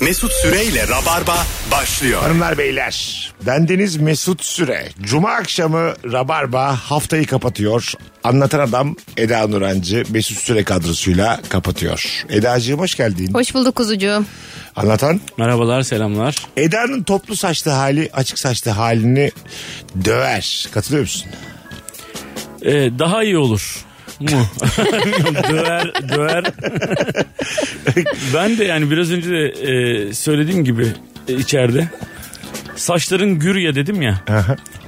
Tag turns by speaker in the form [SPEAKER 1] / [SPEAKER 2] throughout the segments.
[SPEAKER 1] Mesut Süreyle Rabarba başlıyor.
[SPEAKER 2] Hanımlar beyler bendeniz Mesut Süre. Cuma akşamı Rabarba haftayı kapatıyor. Anlatan adam Eda Nurancı Mesut Süre kadrosuyla kapatıyor. Edacığım hoş geldin.
[SPEAKER 3] Hoş bulduk kuzucuğum.
[SPEAKER 2] Anlatan
[SPEAKER 4] Merhabalar, selamlar.
[SPEAKER 2] Eda'nın toplu saçlı hali açık saçlı halini döver. Katılıyor musun?
[SPEAKER 4] Ee, daha iyi olur. Mu? döver, döver. ben de yani biraz önce de e, söylediğim gibi e, içeride saçların gürye dedim ya.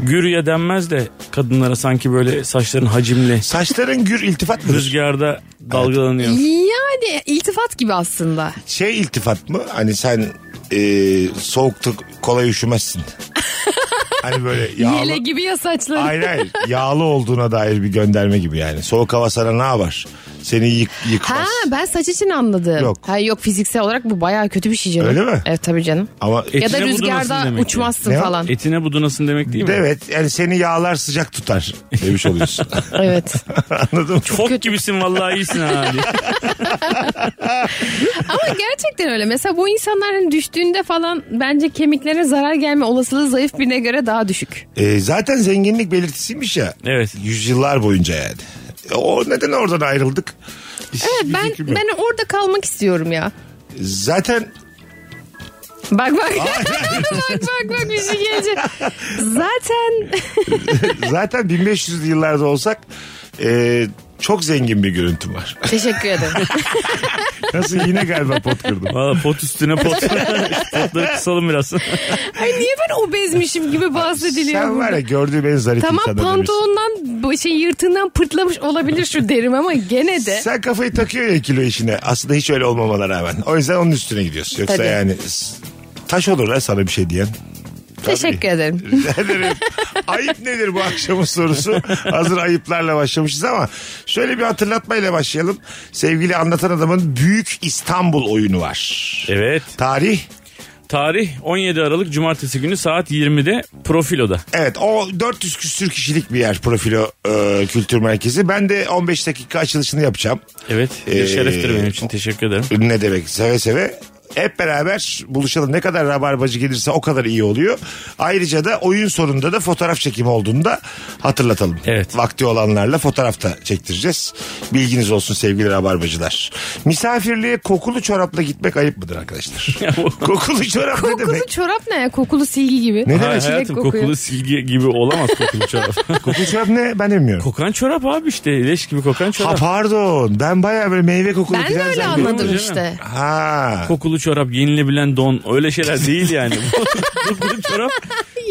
[SPEAKER 4] gürye denmez de kadınlara sanki böyle saçların hacimli
[SPEAKER 2] Saçların gür iltifat mı?
[SPEAKER 4] rüzgarda dalgalanıyor.
[SPEAKER 3] Yani iltifat gibi aslında.
[SPEAKER 2] Şey iltifat mı? Hani sen e, soğukta kolay üşümezsin. hani böyle yağlı.
[SPEAKER 3] Hile gibi ya saçları.
[SPEAKER 2] Hayır hayır. Yağlı olduğuna dair bir gönderme gibi yani. Soğuk hava sana ne yapar? Seni yık,
[SPEAKER 3] Ha
[SPEAKER 2] yıkmaz.
[SPEAKER 3] ben saç için anladım.
[SPEAKER 2] Yok.
[SPEAKER 3] Ha, yok fiziksel olarak bu bayağı kötü bir şey canım.
[SPEAKER 2] Öyle mi?
[SPEAKER 3] Evet tabii canım.
[SPEAKER 2] Ama
[SPEAKER 3] ya da
[SPEAKER 4] Etine budunasın
[SPEAKER 3] rüzgarda
[SPEAKER 4] demek ki. E-
[SPEAKER 3] uçmazsın
[SPEAKER 2] Ne o?
[SPEAKER 3] falan.
[SPEAKER 4] Etine budunasın demek değil mi?
[SPEAKER 2] evet yani seni yağlar sıcak tutar demiş oluyorsun.
[SPEAKER 3] Evet.
[SPEAKER 2] Anladın mı?
[SPEAKER 4] Fok gibisin vallahi iyisin ha. diye.
[SPEAKER 3] Ama gerçekten öyle. Mesela bu insanların düştüğünde falan bence kemiklere zarar gelme olasılığı zayıf birine göre daha düşük.
[SPEAKER 2] Ee, zaten zenginlik belirtisiymiş ya.
[SPEAKER 4] Evet.
[SPEAKER 2] Yüzyıllar boyunca yani. E, O neden oradan ayrıldık? Hiç
[SPEAKER 3] Evet
[SPEAKER 2] bir
[SPEAKER 3] ben
[SPEAKER 2] fikrim yok.
[SPEAKER 3] ben orada kalmak istiyorum ya.
[SPEAKER 2] Zaten
[SPEAKER 3] Bak bak. bak bak bak bir şey gelecek. Zaten
[SPEAKER 2] zaten 1500'lü yıllarda olsak e, çok zengin bir görüntüm var.
[SPEAKER 3] teşekkür ederim.
[SPEAKER 2] Nasıl yine galiba pot kırdım.
[SPEAKER 4] Valla pot üstüne pot. Potları kısalım biraz.
[SPEAKER 3] Ay niye ben obezmişim gibi bahsediliyor
[SPEAKER 2] Sen var
[SPEAKER 3] burada?
[SPEAKER 2] ya gördüğüm en zarif
[SPEAKER 3] Tamam
[SPEAKER 2] insan
[SPEAKER 3] pantolondan bu şey yırtığından pırtlamış olabilir şu derim ama gene de.
[SPEAKER 2] Sen kafayı takıyor ya kilo işine. Aslında hiç öyle olmamana rağmen. O yüzden onun üstüne gidiyorsun. Yoksa
[SPEAKER 3] Tabii.
[SPEAKER 2] yani s- taş olur lan sana bir şey diyen.
[SPEAKER 3] Teşekkür ederim.
[SPEAKER 2] Rica ederim. Ayıp nedir bu akşamın sorusu? Hazır ayıplarla başlamışız ama şöyle bir hatırlatmayla başlayalım. Sevgili anlatan adamın Büyük İstanbul oyunu var.
[SPEAKER 4] Evet.
[SPEAKER 2] Tarih
[SPEAKER 4] Tarih 17 Aralık Cumartesi günü saat 20'de Profilo'da.
[SPEAKER 2] Evet o 400 küsür kişilik bir yer profilo e, kültür merkezi. Ben de 15 dakika açılışını yapacağım.
[SPEAKER 4] Evet. Bir
[SPEAKER 2] Ee,
[SPEAKER 4] şereftir benim için. Teşekkür ederim.
[SPEAKER 2] Ne demek seve seve. Hep beraber buluşalım. Ne kadar rabarbacı gelirse o kadar iyi oluyor. Ayrıca da oyun sonunda da fotoğraf çekimi olduğunda hatırlatalım.
[SPEAKER 4] Evet.
[SPEAKER 2] Vakti olanlarla fotoğraf da çektireceğiz. Bilginiz olsun sevgili rabarbacılar. Misafirliğe kokulu çorapla gitmek ayıp mıdır arkadaşlar? kokulu çorap ne
[SPEAKER 3] Kokulu
[SPEAKER 2] demek?
[SPEAKER 3] çorap ne ya? Kokulu silgi gibi.
[SPEAKER 2] Ne
[SPEAKER 4] Ha,
[SPEAKER 2] demek?
[SPEAKER 3] Çilek
[SPEAKER 4] hayatım
[SPEAKER 3] kokuyor.
[SPEAKER 4] kokulu silgi gibi olamaz kokulu çorap.
[SPEAKER 2] Kokulu çorap ne? Ben de bilmiyorum.
[SPEAKER 4] kokan çorap abi işte leş gibi kokan
[SPEAKER 2] Ha
[SPEAKER 4] çorap.
[SPEAKER 2] pardon. Ben bayağı böyle meyve kokulu
[SPEAKER 3] Ben de
[SPEAKER 2] falan
[SPEAKER 3] öyle
[SPEAKER 2] zannediyorum.
[SPEAKER 3] anladım
[SPEAKER 4] Canım.
[SPEAKER 3] işte.
[SPEAKER 2] Ha.
[SPEAKER 4] kokulu çorap yenilebilen don öyle şeyler değil yani. kokulu çorap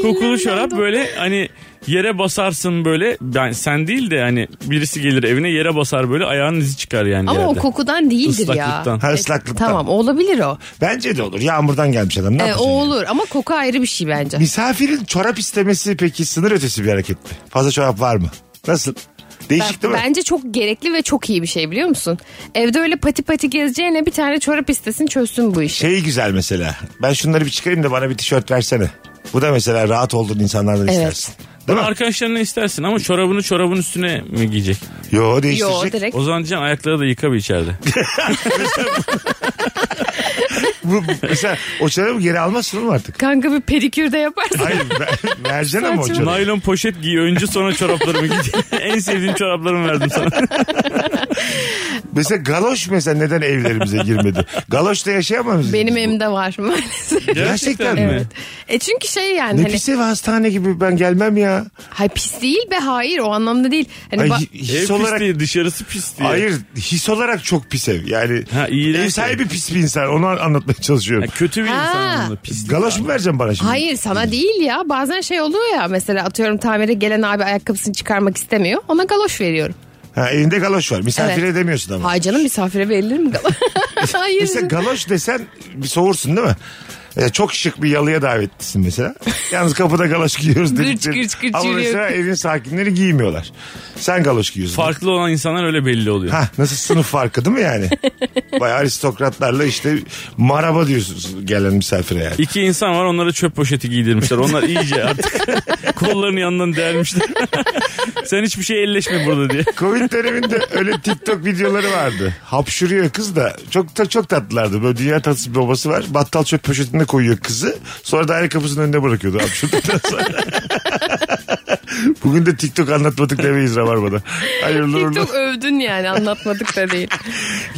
[SPEAKER 4] kokulu
[SPEAKER 3] Yenilebilen
[SPEAKER 4] çorap
[SPEAKER 3] don.
[SPEAKER 4] böyle hani yere basarsın böyle ben sen değil de hani birisi gelir evine yere basar böyle ayağının izi çıkar yani
[SPEAKER 3] Ama
[SPEAKER 4] yerde.
[SPEAKER 3] o kokudan değildir ya.
[SPEAKER 4] Islaklıktan.
[SPEAKER 2] Ha, ıslaklıktan.
[SPEAKER 3] Tamam olabilir o.
[SPEAKER 2] Bence de olur. Yağmurdan gelmiş adam. Ne
[SPEAKER 3] Ee, o
[SPEAKER 2] yapacaksın yani?
[SPEAKER 3] olur ama koku ayrı bir şey bence.
[SPEAKER 2] Misafirin çorap istemesi peki sınır ötesi bir hareket mi? Fazla çorap var mı? Nasıl? Değişik değil mi?
[SPEAKER 3] Bence çok gerekli ve çok iyi bir şey biliyor musun? Evde öyle pati pati gezeceğine bir tane çorap istesin çözsün bu işi.
[SPEAKER 2] Şey güzel mesela. Ben şunları bir çıkarayım da bana bir tişört versene. Bu da mesela rahat olduğun insanlardan
[SPEAKER 3] Evet.
[SPEAKER 2] istersin. Değil mi?
[SPEAKER 4] Arkadaşlarına istersin ama çorabını çorabın üstüne mi giyecek?
[SPEAKER 2] Yo değiştirecek.
[SPEAKER 3] Yo direkt.
[SPEAKER 4] O zaman diyeceksin ayakları da yıka bir içeride.
[SPEAKER 2] Bu, mesela o çorabı geri almazsın oğlum artık.
[SPEAKER 3] Kanka bir pedikür de yaparsın.
[SPEAKER 2] Hayır ver- vereceksin ama o
[SPEAKER 3] Saçma.
[SPEAKER 2] çorabı.
[SPEAKER 4] Naylon poşet giy önce sonra çoraplarımı giy. en sevdiğim çoraplarımı verdim sana.
[SPEAKER 2] Mesela galoş mesela neden evlerimize girmedi? Galoşla yaşayamamız.
[SPEAKER 3] Benim evimde var maalesef.
[SPEAKER 2] Gerçekten mi?
[SPEAKER 3] Evet. E çünkü şey yani
[SPEAKER 2] Ne
[SPEAKER 3] hani
[SPEAKER 2] pis ev hastane gibi ben gelmem ya.
[SPEAKER 3] hay pis değil be hayır o anlamda değil. Hani
[SPEAKER 2] Ay,
[SPEAKER 3] ba-
[SPEAKER 2] hi- his
[SPEAKER 4] Ev pis
[SPEAKER 2] olarak
[SPEAKER 4] değil dışarısı pis değil.
[SPEAKER 2] Hayır his olarak çok pis ev. Yani
[SPEAKER 4] Ha, iğrenç
[SPEAKER 2] ev sahibi pis bir insan. Onu an- anlatmaya çalışıyorum.
[SPEAKER 4] Ya kötü bir
[SPEAKER 3] Ha.
[SPEAKER 4] insan aslında, pis değil.
[SPEAKER 2] Galoş mu vereceğim bana şimdi?
[SPEAKER 3] hayır sana değil ya bazen şey oluyor ya mesela atıyorum tamire gelen abi ayakkabısını çıkarmak istemiyor ona galoş veriyorum.
[SPEAKER 2] Ha, elinde galoş var. Misafir
[SPEAKER 3] Evet.
[SPEAKER 2] edemiyorsun ama.
[SPEAKER 3] Hay canım misafire verilir mi galoş? hayır.
[SPEAKER 2] Mesela galoş desen bir soğursun değil mi? E, çok şık bir yalıya davetlisin mesela. Yalnız kapıda galoş giyiyoruz
[SPEAKER 3] Gırç
[SPEAKER 2] dedikleri.
[SPEAKER 3] gırç gırç
[SPEAKER 2] Ama
[SPEAKER 3] yürüyor.
[SPEAKER 2] mesela evin sakinleri giymiyorlar. Sen galoş giyiyorsun.
[SPEAKER 4] Farklı olan insanlar öyle belli oluyor.
[SPEAKER 2] Ha nasıl sınıf farkı değil mi yani? Bayağı aristokratlarla işte maraba diyorsunuz gelen misafire yani.
[SPEAKER 4] İki insan var onlara çöp poşeti giydirmişler. Onlar iyice artık kollarını yanından delmişler. Sen hiçbir şey elleşme burada diye.
[SPEAKER 2] Covid döneminde öyle TikTok videoları vardı. Hapşuruyor kız da. Çok da çok tatlılardı. Böyle dünya tatlısı bir babası var. Battal çöp poşetine koyuyor kızı. Sonra daire kapısının önüne bırakıyordu hapşurduktan sonra. Bugün de TikTok anlatmadık demeyiz Rabarba'da. Hayırlı uğurlu.
[SPEAKER 3] TikTok övdün yani anlatmadık da değil.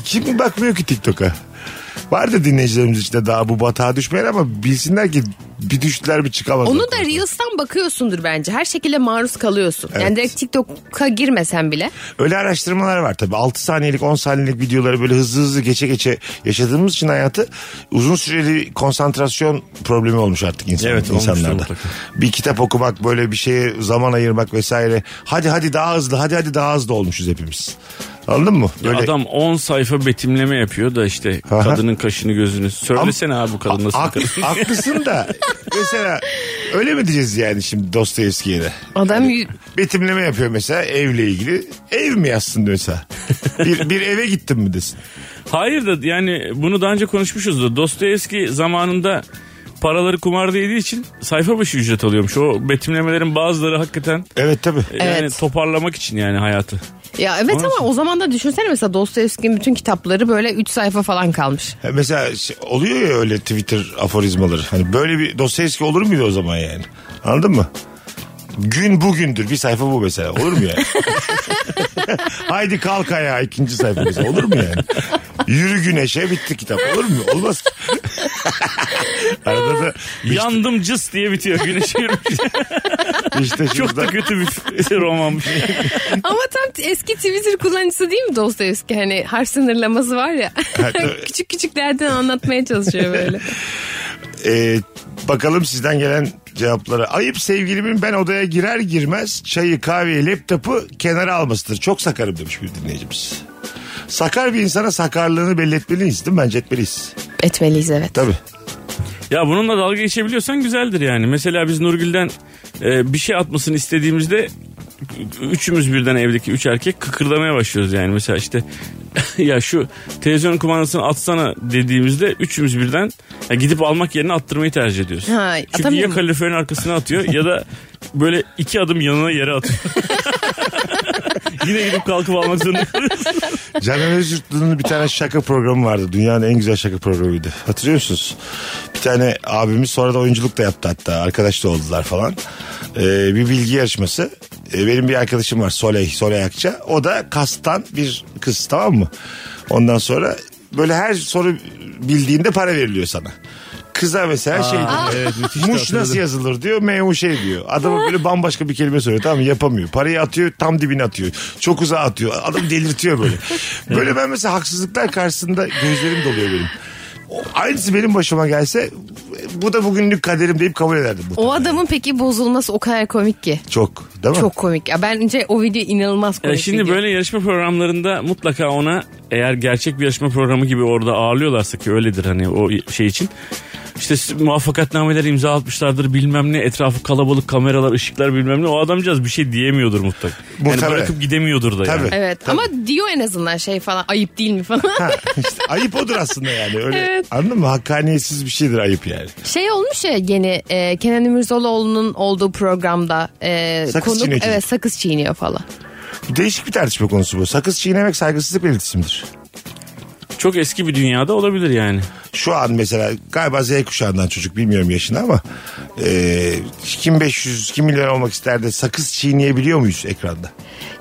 [SPEAKER 2] Kim bakmıyor ki TikTok'a? Var da dinleyicilerimiz içinde daha bu batağa düşmeyen ama bilsinler ki bir düştüler bir çıkamazlar.
[SPEAKER 3] Onu da Reels'tan bakıyorsundur bence. Her şekilde maruz kalıyorsun. Yani direkt TikTok'a girmesen bile.
[SPEAKER 2] Öyle araştırmalar var tabii. 6 saniyelik 10 saniyelik videoları böyle hızlı hızlı geçe geçe yaşadığımız için hayatı uzun süreli konsantrasyon problemi olmuş artık insan,
[SPEAKER 4] Evet, olmuştur
[SPEAKER 2] insanlarda.
[SPEAKER 4] mutlaka.
[SPEAKER 2] Bir kitap okumak böyle bir şeye zaman ayırmak vesaire. Hadi hadi daha hızlı hadi hadi daha hızlı olmuşuz hepimiz. Anladın mı?
[SPEAKER 4] Ya
[SPEAKER 2] Böyle
[SPEAKER 4] Adam 10 sayfa betimleme yapıyor da işte
[SPEAKER 2] Aha.
[SPEAKER 4] kadının kaşını gözünü. Söylesene abi bu kadın nasıl
[SPEAKER 2] Hak-
[SPEAKER 4] kadın.
[SPEAKER 2] haklısın da mesela öyle mi diyeceğiz yani şimdi Dostoyevski'ye de?
[SPEAKER 3] Adam y-
[SPEAKER 2] Betimleme yapıyor mesela evle ilgili. Ev mi yazsın diyor mesela? bir, bir eve gittim mi desin?
[SPEAKER 4] Hayır da yani bunu daha önce konuşmuşuzdur. Dostoyevski zamanında paraları kumarda yediği için sayfa başı ücret alıyormuş. O betimlemelerin bazıları hakikaten
[SPEAKER 2] Evet tabii.
[SPEAKER 4] yani
[SPEAKER 3] Evet.
[SPEAKER 4] toparlamak için yani hayatı.
[SPEAKER 3] ya evet
[SPEAKER 4] Maalesef.
[SPEAKER 3] ama o zaman da düşünsene mesela Dostoyevski'nin bütün kitapları böyle 3 sayfa falan kalmış.
[SPEAKER 2] Ha, Mesela şey- oluyor ya öyle Twitter aforizmaları. Hani böyle bir Dostoyevski olur muydu o zaman yani? Anladın mı? Gün bugündür. Bir sayfa bu mesela. Olur mu yani? Haydi kalk ayağa ikinci sayfa mesela. Olur mu yani? Yürü güneşe bitti kitap. Olur mu? Olmaz. Arada da
[SPEAKER 4] Yandım cıs diye bitiyor güneş yürümüş.
[SPEAKER 2] işte
[SPEAKER 4] Çok da
[SPEAKER 2] şurada
[SPEAKER 4] kötü bir romanmış.
[SPEAKER 3] Ama tam eski Twitter kullanıcısı değil mi Dostoyevski? Hani harf sınırlaması var ya. küçük küçüklerden anlatmaya çalışıyor böyle.
[SPEAKER 2] e, bakalım sizden gelen cevaplara. Ayıp sevgilimin ben odaya girer girmez çayı kahveyi laptopu kenara almasıdır. Çok sakarım demiş bir dinleyicimiz. Sakar bir insana sakarlığını belli etmeliyiz değil mi? Bence etmeliyiz.
[SPEAKER 3] Etmeliyiz evet.
[SPEAKER 2] Tabii.
[SPEAKER 4] Ya bununla dalga geçebiliyorsan güzeldir yani. Mesela biz Nurgül'den e, bir şey atmasını istediğimizde üçümüz birden evdeki üç erkek kıkırdamaya başlıyoruz yani. Mesela işte ya şu televizyon kumandasını atsana dediğimizde üçümüz birden ya gidip almak yerine attırmayı tercih ediyoruz.
[SPEAKER 3] Ha,
[SPEAKER 4] Çünkü
[SPEAKER 3] atamıyor
[SPEAKER 4] ya
[SPEAKER 3] mu?
[SPEAKER 4] kaloriferin arkasına atıyor ya da böyle iki adım yanına yere atıyor. Yine gidip kalkıp almak zorunda kalıyoruz.
[SPEAKER 2] Caner Özürtlü'nün bir tane şaka programı vardı. Dünyanın en güzel şaka programıydı. Hatırlıyor musunuz? Bir tane abimiz sonra da oyunculuk da yaptı hatta. Arkadaş da oldular falan. Ee, bir bilgi yarışması. Ee, benim bir arkadaşım var Soley, Soley Akça. O da kastan bir kız tamam mı? Ondan sonra böyle her soru bildiğinde para veriliyor sana. Kıza mesela şey diyor. Muş nasıl yazılır diyor. Meymu şey diyor. Adama böyle bambaşka bir kelime söylüyor. Tamam mı? yapamıyor. Parayı atıyor tam dibine atıyor. Çok uzağa atıyor. Adam delirtiyor böyle. Böyle ben mesela haksızlıklar karşısında gözlerim doluyor benim. O- Aynısı benim başıma gelse bu da bugünlük kaderim deyip kabul ederdim. Bu.
[SPEAKER 3] O adamın peki bozulması o kadar komik ki.
[SPEAKER 2] Çok değil mi?
[SPEAKER 3] Çok komik. Ya bence o video inanılmaz komik.
[SPEAKER 4] Ya E, şimdi
[SPEAKER 3] video.
[SPEAKER 4] böyle yarışma programlarında mutlaka ona eğer gerçek bir yarışma programı gibi orada ağırlıyorlarsa ki öyledir hani o şey için. İşte s- muvaffakatnameleri imza atmışlardır bilmem ne etrafı kalabalık kameralar ışıklar bilmem ne o adamcağız bir şey diyemiyordur mutlaka. Yani
[SPEAKER 2] Muhtemelen.
[SPEAKER 4] bırakıp gidemiyordur da yani.
[SPEAKER 2] Tabii.
[SPEAKER 3] Evet
[SPEAKER 2] Tabii.
[SPEAKER 3] ama diyor en azından şey falan ayıp değil mi falan.
[SPEAKER 2] Ha, işte ayıp odur aslında yani. Öyle, Anladın mı? Hakkaniyetsiz bir şeydir ayıp yani.
[SPEAKER 3] Şey olmuş ya yeni e, Kenan İmirzalıoğlu'nun olduğu programda e,
[SPEAKER 2] Sakız
[SPEAKER 3] konuk-
[SPEAKER 2] çiğniyor çocuk.
[SPEAKER 3] evet sakız çiğniyor falan.
[SPEAKER 2] Değişik bir tartışma konusu bu. Sakız çiğnemek saygısızlık belirtisi midir?
[SPEAKER 4] Çok eski bir dünyada olabilir yani.
[SPEAKER 2] şu an mesela galiba Z kuşağından çocuk bilmiyorum yaşını ama e, kim 500 kim milyon olmak ister de sakız çiğneyebiliyor muyuz ekranda?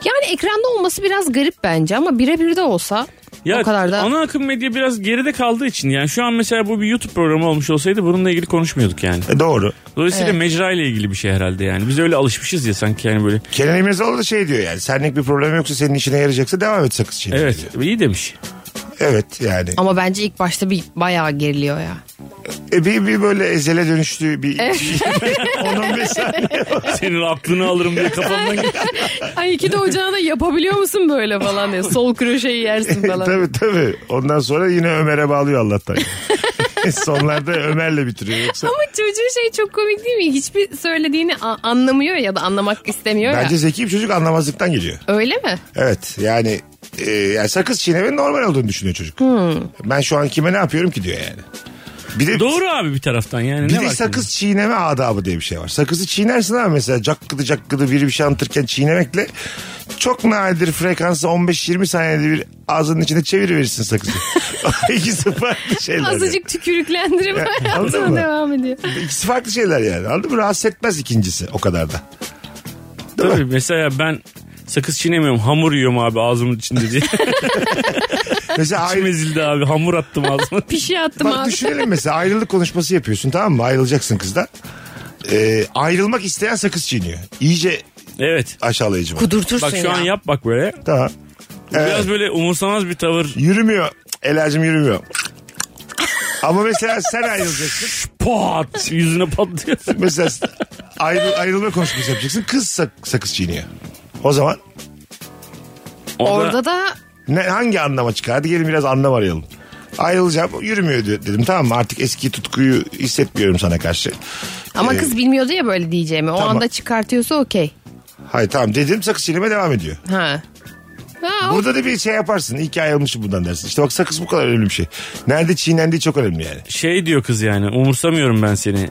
[SPEAKER 3] Yani ekranda olması biraz garip bence ama birebir de olsa
[SPEAKER 4] Ya
[SPEAKER 3] o kadar da
[SPEAKER 4] ana akım medya biraz geride kaldığı için yani şu an mesela bu bir YouTube programı olmuş olsaydı bununla ilgili konuşmuyorduk yani.
[SPEAKER 2] E, doğru.
[SPEAKER 4] Dolayısıyla
[SPEAKER 3] Evet.
[SPEAKER 4] mecra ile ilgili bir şey herhalde yani. Biz öyle alışmışız ya sanki yani böyle.
[SPEAKER 2] Kenan İmirzalıoğlu da şey diyor yani senlik bir problem yoksa senin işine yarayacaksa devam et sakız çiğne.
[SPEAKER 4] Evet iyi demiş.
[SPEAKER 2] Evet yani.
[SPEAKER 3] ama bence ilk başta bir bayağı geriliyor ya.
[SPEAKER 2] E, bir, bir böyle ezele dönüştüğü bir şey. 10-15 saniye.
[SPEAKER 4] Senin aklını alırım diye kafamdan
[SPEAKER 3] Ay iki de ocağına yapabiliyor musun böyle falan diye. Sol kroşeyi yersin falan.
[SPEAKER 2] tabii tabii. Ondan sonra yine Ömer'e bağlıyor Allah'tan. Sonlarda Ömer'le bitiriyor yoksa.
[SPEAKER 3] Ama çocuğun şey çok komik değil mi? Hiçbir söylediğini a- anlamıyor ya da anlamak istemiyor
[SPEAKER 2] Bence
[SPEAKER 3] ya.
[SPEAKER 2] zeki bir çocuk anlamazlıktan geliyor.
[SPEAKER 3] Öyle mi?
[SPEAKER 2] Evet yani, e, yani sakız çiğnemenin normal olduğunu düşünüyor çocuk. Ben şu an kime ne yapıyorum ki diyor yani. Bir de
[SPEAKER 4] Hmm. Doğru abi bir taraftan yani.
[SPEAKER 2] Bir
[SPEAKER 4] ne
[SPEAKER 2] de
[SPEAKER 4] var ki?
[SPEAKER 2] sakız çiğneme adabı diye bir şey var. Sakızı çiğnersin ama mesela cakkıdı cakkıdı biri bir şey anlatırken çiğnemekle çok nadir frekansı 15-20 saniyede bir ağzının içine çeviriverirsin sakızı. İkisi farklı şeyler.
[SPEAKER 3] Azıcık tükürüklendirme
[SPEAKER 2] Ya, anladın mı?
[SPEAKER 3] hayatına devam ediyor.
[SPEAKER 2] yani. İkisi farklı şeyler yani. Anladın mı? Rahatsız etmez ikincisi o kadar da.
[SPEAKER 4] Tabii mesela ben sakız çiğnemiyorum hamur yiyorum abi ağzımın içinde diye.
[SPEAKER 2] Mesela
[SPEAKER 4] İçim
[SPEAKER 2] ayrı,
[SPEAKER 4] ezildi abi hamur attım ağzıma.
[SPEAKER 3] Pişi şey attım
[SPEAKER 2] bak
[SPEAKER 3] abi.
[SPEAKER 2] düşünelim mesela ayrılık konuşması yapıyorsun tamam mı? Ayrılacaksın kızdan. Ee, ayrılmak isteyen sakız çiğniyor. İyice
[SPEAKER 4] Evet.
[SPEAKER 2] aşağılayıcı bu.
[SPEAKER 3] Kudurtursun
[SPEAKER 4] Bak şu an
[SPEAKER 3] şey ya.
[SPEAKER 4] yap bak böyle.
[SPEAKER 2] Tamam. Evet.
[SPEAKER 4] Biraz böyle umursamaz bir tavır.
[SPEAKER 2] Yürümüyor. Elacım yürümüyor. Ama mesela sen ayrılacaksın.
[SPEAKER 4] Pat yüzüne patlıyor.
[SPEAKER 2] Mesela ayrı, ayrılma konuşması yapacaksın. Kız sak- sakız çiğniyor. O zaman
[SPEAKER 3] Orada da
[SPEAKER 2] ne, hangi anlama çıkar? Hadi gelin biraz anlam arayalım. Ayrılacağım yürümüyor diyor, dedim tamam mı artık eski tutkuyu hissetmiyorum sana karşı.
[SPEAKER 3] ama
[SPEAKER 2] Ee,
[SPEAKER 3] kız bilmiyordu ya böyle diyeceğimi. O
[SPEAKER 2] tamam.
[SPEAKER 3] anda çıkartıyorsa okey.
[SPEAKER 2] Hayır tamam dedim sakız çiğneme devam ediyor.
[SPEAKER 3] Ha. Ha, o-
[SPEAKER 2] Burada da bir şey yaparsın iyi ki ayrılmışım bundan dersin. İşte bak sakız bu kadar önemli bir şey. Nerede çiğnendiği çok önemli yani.
[SPEAKER 4] şey diyor kız yani umursamıyorum ben seni.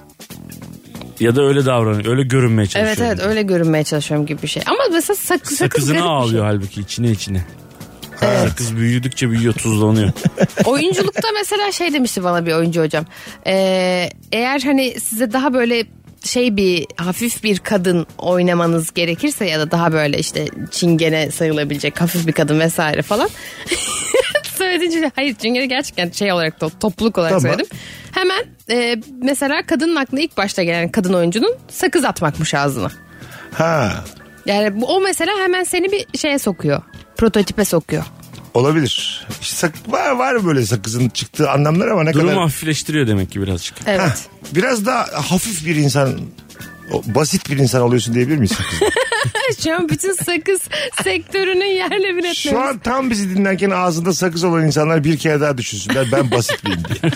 [SPEAKER 4] Ya da öyle davranıyor. Öyle görünmeye çalışıyor.
[SPEAKER 3] evet evet öyle görünmeye çalışıyorum gibi bir şey. Ama mesela sakız, sakız
[SPEAKER 4] Sakızını
[SPEAKER 3] garip bir
[SPEAKER 4] ağlıyor
[SPEAKER 3] şey.
[SPEAKER 4] halbuki içine içine. Sakız büyüdükçe büyüyor tuzlanıyor.
[SPEAKER 3] Oyunculukta mesela şey demişti bana bir oyuncu hocam. Ee, eğer hani size daha böyle şey bir hafif bir kadın oynamanız gerekirse ya da daha böyle işte çingene sayılabilecek hafif bir kadın vesaire falan. Söylediğince hayır çingene gerçekten şey olarak da topluluk olarak
[SPEAKER 2] Tamam.
[SPEAKER 3] söyledim. Hemen e, mesela kadının aklına ilk başta gelen kadın oyuncunun sakız atmakmış ağzına.
[SPEAKER 2] Ha
[SPEAKER 3] Yani bu, o mesela hemen seni bir şeye sokuyor. Prototipe sokuyor.
[SPEAKER 2] olabilir. İşte sak- var, var böyle sakızın çıktığı anlamlar ama ne
[SPEAKER 4] Durumu
[SPEAKER 2] kadar.
[SPEAKER 4] hafifleştiriyor demek ki birazcık.
[SPEAKER 3] Evet.
[SPEAKER 2] Biraz daha hafif bir insan o- basit bir insan oluyorsun diyebilir miyiz sakızla?
[SPEAKER 3] Şu an bütün sakız sektörünün yerle bir etmemiz.
[SPEAKER 2] Şu an tam bizi dinlerken ağzında sakız olan insanlar bir kere daha düşünsünler. Ben basit miyim diye.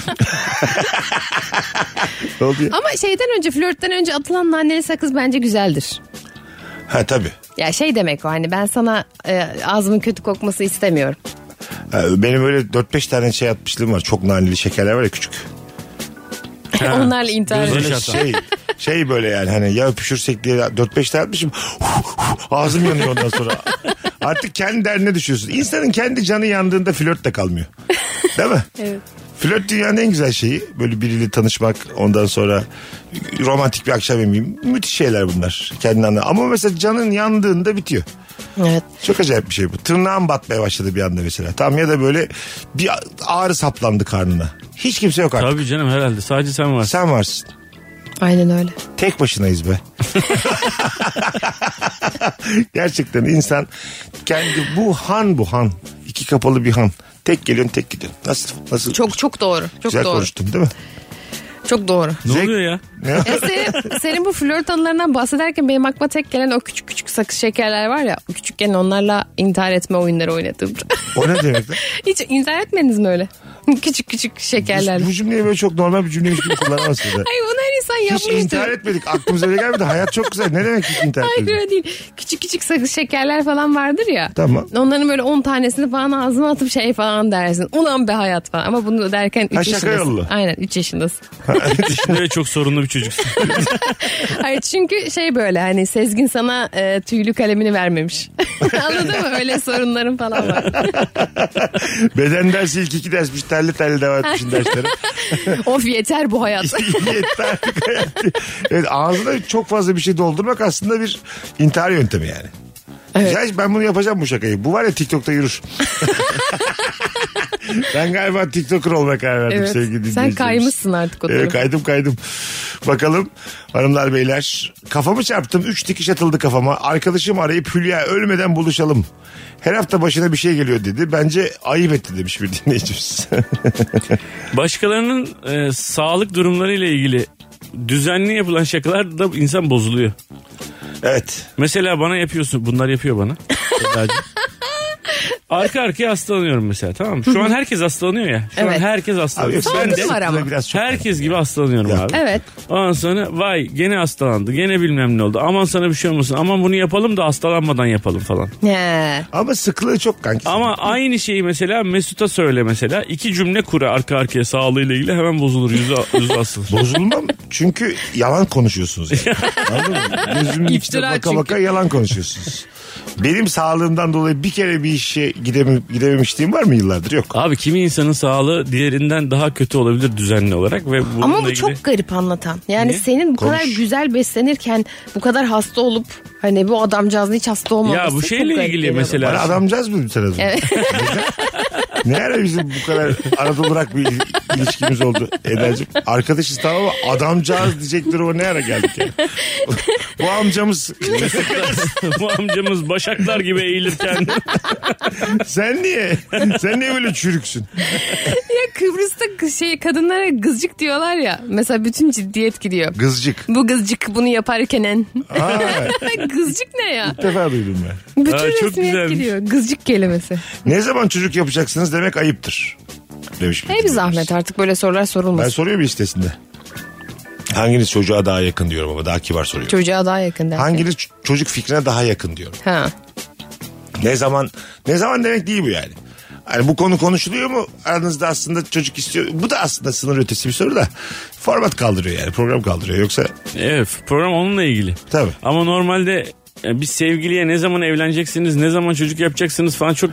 [SPEAKER 2] ne oldu ya?
[SPEAKER 3] Ama şeyden önce flörtten önce atılan naneli sakız bence güzeldir.
[SPEAKER 2] Ha tabii.
[SPEAKER 3] Ya şey demek o hani ben sana e, ağzımın kötü kokması istemiyorum.
[SPEAKER 2] Ha, benim öyle 4-5 tane şey atmışlığım var. Çok naneli şekerler var ya küçük.
[SPEAKER 3] Onlarla intihar
[SPEAKER 4] Gözle-
[SPEAKER 3] ediyorum.
[SPEAKER 2] Böyle
[SPEAKER 4] şatan.
[SPEAKER 2] şey, şey böyle yani hani ya öpüşürsek diye 4-5 tane atmışım. Ağzım yanıyor ondan sonra. Artık kendi derdine düşüyorsun. İnsanın kendi canı yandığında flört de kalmıyor. Değil mi?
[SPEAKER 3] Evet.
[SPEAKER 2] Flört dünyanın en güzel şeyi. Böyle biriyle tanışmak ondan sonra romantik bir akşam yemeği. Müthiş şeyler bunlar. Kendini anla. Ama mesela canın yandığında bitiyor.
[SPEAKER 3] Evet.
[SPEAKER 2] Çok acayip bir şey bu. Tırnağım batmaya başladı bir anda mesela. Tam ya da böyle bir ağrı saplandı karnına. Hiç kimse yok artık.
[SPEAKER 4] Tabii canım herhalde sadece sen varsın.
[SPEAKER 2] Sen varsın.
[SPEAKER 3] Aynen öyle.
[SPEAKER 2] Tek başınayız be. Gerçekten insan kendi bu han bu han. İki kapalı bir han. Tek geliyorsun tek gidiyorsun. Nasıl? Nasıl?
[SPEAKER 3] Çok çok doğru. Çok
[SPEAKER 2] güzel
[SPEAKER 3] doğru.
[SPEAKER 2] konuştum değil mi?
[SPEAKER 3] Çok doğru.
[SPEAKER 4] Ne
[SPEAKER 2] Zevk-
[SPEAKER 4] oluyor ya?
[SPEAKER 2] Ne?
[SPEAKER 3] E senin, senin bu flört anılarından bahsederken benim aklıma tek gelen o küçük küçük sakız şekerler var ya. Küçükken onlarla intihar etme oyunları oynadım.
[SPEAKER 2] o ne demek lan?
[SPEAKER 3] Hiç intihar etmediniz mi öyle? küçük küçük şekerlerle.
[SPEAKER 2] Bu, bu cümleyi böyle çok normal bir cümleymiş gibi kullanamazsın da.
[SPEAKER 3] Hayır bunu her insan
[SPEAKER 2] Hiç
[SPEAKER 3] yapmıştır.
[SPEAKER 2] intihar etmedik. Aklımıza bile gelmedi. Hayat çok güzel. Ne demek hiç intihar
[SPEAKER 3] Hayır
[SPEAKER 2] etmedik?
[SPEAKER 3] öyle değil. Küçük küçük sakız şekerler falan vardır ya.
[SPEAKER 2] Tamam.
[SPEAKER 3] Onların böyle 10 tanesini falan ağzına atıp şey falan dersin. Ulan be hayat falan. Ama bunu derken 3
[SPEAKER 2] Ha, şaka
[SPEAKER 3] yaşındasın.
[SPEAKER 2] yollu.
[SPEAKER 3] Aynen 3 yaşındasın.
[SPEAKER 4] Düşünmeye çok sorunlu bir çocuksun.
[SPEAKER 3] Hayır çünkü şey böyle hani Sezgin sana e, tüylü kalemini vermemiş. Anladın mı? Öyle sorunların falan var.
[SPEAKER 2] Beden dersi ilk iki dersmiş. Terli terli devam etmişsin derslere.
[SPEAKER 3] of yeter bu hayat.
[SPEAKER 2] Yeter artık hayat diye. evet ağzına çok fazla bir şey doldurmak aslında bir intihar yöntemi yani. Ya ben bunu yapacağım bu şakayı. Bu var ya TikTok'ta yürür. ben galiba TikToker olmaya karar verdim
[SPEAKER 3] evet.
[SPEAKER 2] sevgili
[SPEAKER 3] Sen
[SPEAKER 2] dinleyicilerimiz.
[SPEAKER 3] kaymışsın artık o
[SPEAKER 2] Evet
[SPEAKER 3] tarafa.
[SPEAKER 2] kaydım kaydım. Bakalım hanımlar beyler. Kafamı çarptım. Üç dikiş atıldı kafama. Arkadaşım arayıp Hülya ölmeden buluşalım. Her hafta başına bir şey geliyor dedi. Bence ayıp etti demiş bir dinleyicimiz.
[SPEAKER 4] Başkalarının e, sağlık durumlarıyla ilgili düzenli yapılan şakalar da insan bozuluyor.
[SPEAKER 2] evet.
[SPEAKER 4] Mesela bana yapıyorsun. Bunlar yapıyor bana. Sedacığım. Arka arkaya hastalanıyorum mesela tamam mı? Şu an herkes hastalanıyor ya. Şu
[SPEAKER 3] Evet.
[SPEAKER 4] an herkes
[SPEAKER 2] Abi
[SPEAKER 4] hastalanıyor.
[SPEAKER 2] yoksa
[SPEAKER 3] Salgın
[SPEAKER 2] ben de
[SPEAKER 3] var ama.
[SPEAKER 2] biraz çok.
[SPEAKER 4] Herkes gibi hastalanıyorum
[SPEAKER 2] Ya.
[SPEAKER 4] abi.
[SPEAKER 3] Evet.
[SPEAKER 4] Ondan sonra vay gene hastalandı. Gene bilmem ne oldu. Aman sana bir şey olmasın. Aman bunu yapalım da hastalanmadan yapalım falan.
[SPEAKER 3] He.
[SPEAKER 2] Ama sıklığı çok kanki.
[SPEAKER 4] Ama aynı şeyi mesela Mesut'a söyle mesela. iki cümle kur arka arkaya sağlığıyla ilgili hemen bozulur. Yüzü, yüzü asılır.
[SPEAKER 2] Bozulmam çünkü yalan konuşuyorsunuz. Yani. Anladın mı? Gözümün içine
[SPEAKER 3] İftira
[SPEAKER 2] baka
[SPEAKER 3] çünkü.
[SPEAKER 2] baka yalan konuşuyorsunuz. Benim sağlığımdan dolayı bir kere bir işe gidemem, gidememişliğim var mı yıllardır? Yok.
[SPEAKER 4] Abi kimi insanın sağlığı diğerinden daha kötü olabilir düzenli olarak ve bununla
[SPEAKER 3] Ama bu
[SPEAKER 4] ilgili...
[SPEAKER 3] çok garip anlatan. Yani
[SPEAKER 4] Niye?
[SPEAKER 3] senin bu kadar
[SPEAKER 2] Konuş.
[SPEAKER 3] güzel beslenirken bu kadar hasta olup hani bu adamcağızın hiç hasta olmaması
[SPEAKER 4] Ya bu
[SPEAKER 3] çok
[SPEAKER 4] şeyle
[SPEAKER 3] garip
[SPEAKER 4] ilgili
[SPEAKER 3] geliyor bana.
[SPEAKER 4] mesela.
[SPEAKER 2] Bana adamcağız mı bir sene
[SPEAKER 3] Evet.
[SPEAKER 2] Ne ara bizim bu kadar Anadolu'rak bir il- ilişkimiz oldu Eda'cığım? Arkadaşız tamam ama adamcağız diyecektir o ne ara geldik yani. bu amcamız
[SPEAKER 4] bu amcamız başaklar gibi eğilirken
[SPEAKER 2] sen niye? Sen niye böyle çürüksün?
[SPEAKER 3] Ya Kıbrıs'ta kız- şey kadınlara kızcık diyorlar ya. Mesela bütün ciddiyet gidiyor.
[SPEAKER 2] Kızcık.
[SPEAKER 3] Bu kızcık bunu yaparken en.
[SPEAKER 2] Aa,
[SPEAKER 3] kızcık ne ya?
[SPEAKER 2] ilk defa duydum ben.
[SPEAKER 3] Bütün
[SPEAKER 4] Aa, çok
[SPEAKER 3] resmiyet
[SPEAKER 4] güzelmiş.
[SPEAKER 3] gidiyor. Kızcık kelimesi.
[SPEAKER 2] Ne zaman çocuk yapacaksınız demek ayıptır. Demiş bir
[SPEAKER 3] Hey bir
[SPEAKER 2] dinleyicimiz.
[SPEAKER 3] zahmet artık böyle sorular sorulmasın.
[SPEAKER 2] Ben soruyorum listesinde. Hanginiz çocuğa daha yakın diyorum ama daha kibar soruyorum.
[SPEAKER 3] Çocuğa daha yakın derken.
[SPEAKER 2] Hanginiz ç- çocuk fikrine daha yakın diyorum.
[SPEAKER 3] Ha.
[SPEAKER 2] Ne zaman ne zaman demek değil bu yani. Hani bu konu konuşuluyor mu? Aranızda aslında çocuk istiyor. Bu da aslında sınır ötesi bir soru da. Format kaldırıyor yani program kaldırıyor. Yoksa
[SPEAKER 4] Evet program onunla ilgili.
[SPEAKER 2] Tabii.
[SPEAKER 4] Ama normalde e, biz sevgiliye ne zaman evleneceksiniz, ne zaman çocuk yapacaksınız falan çok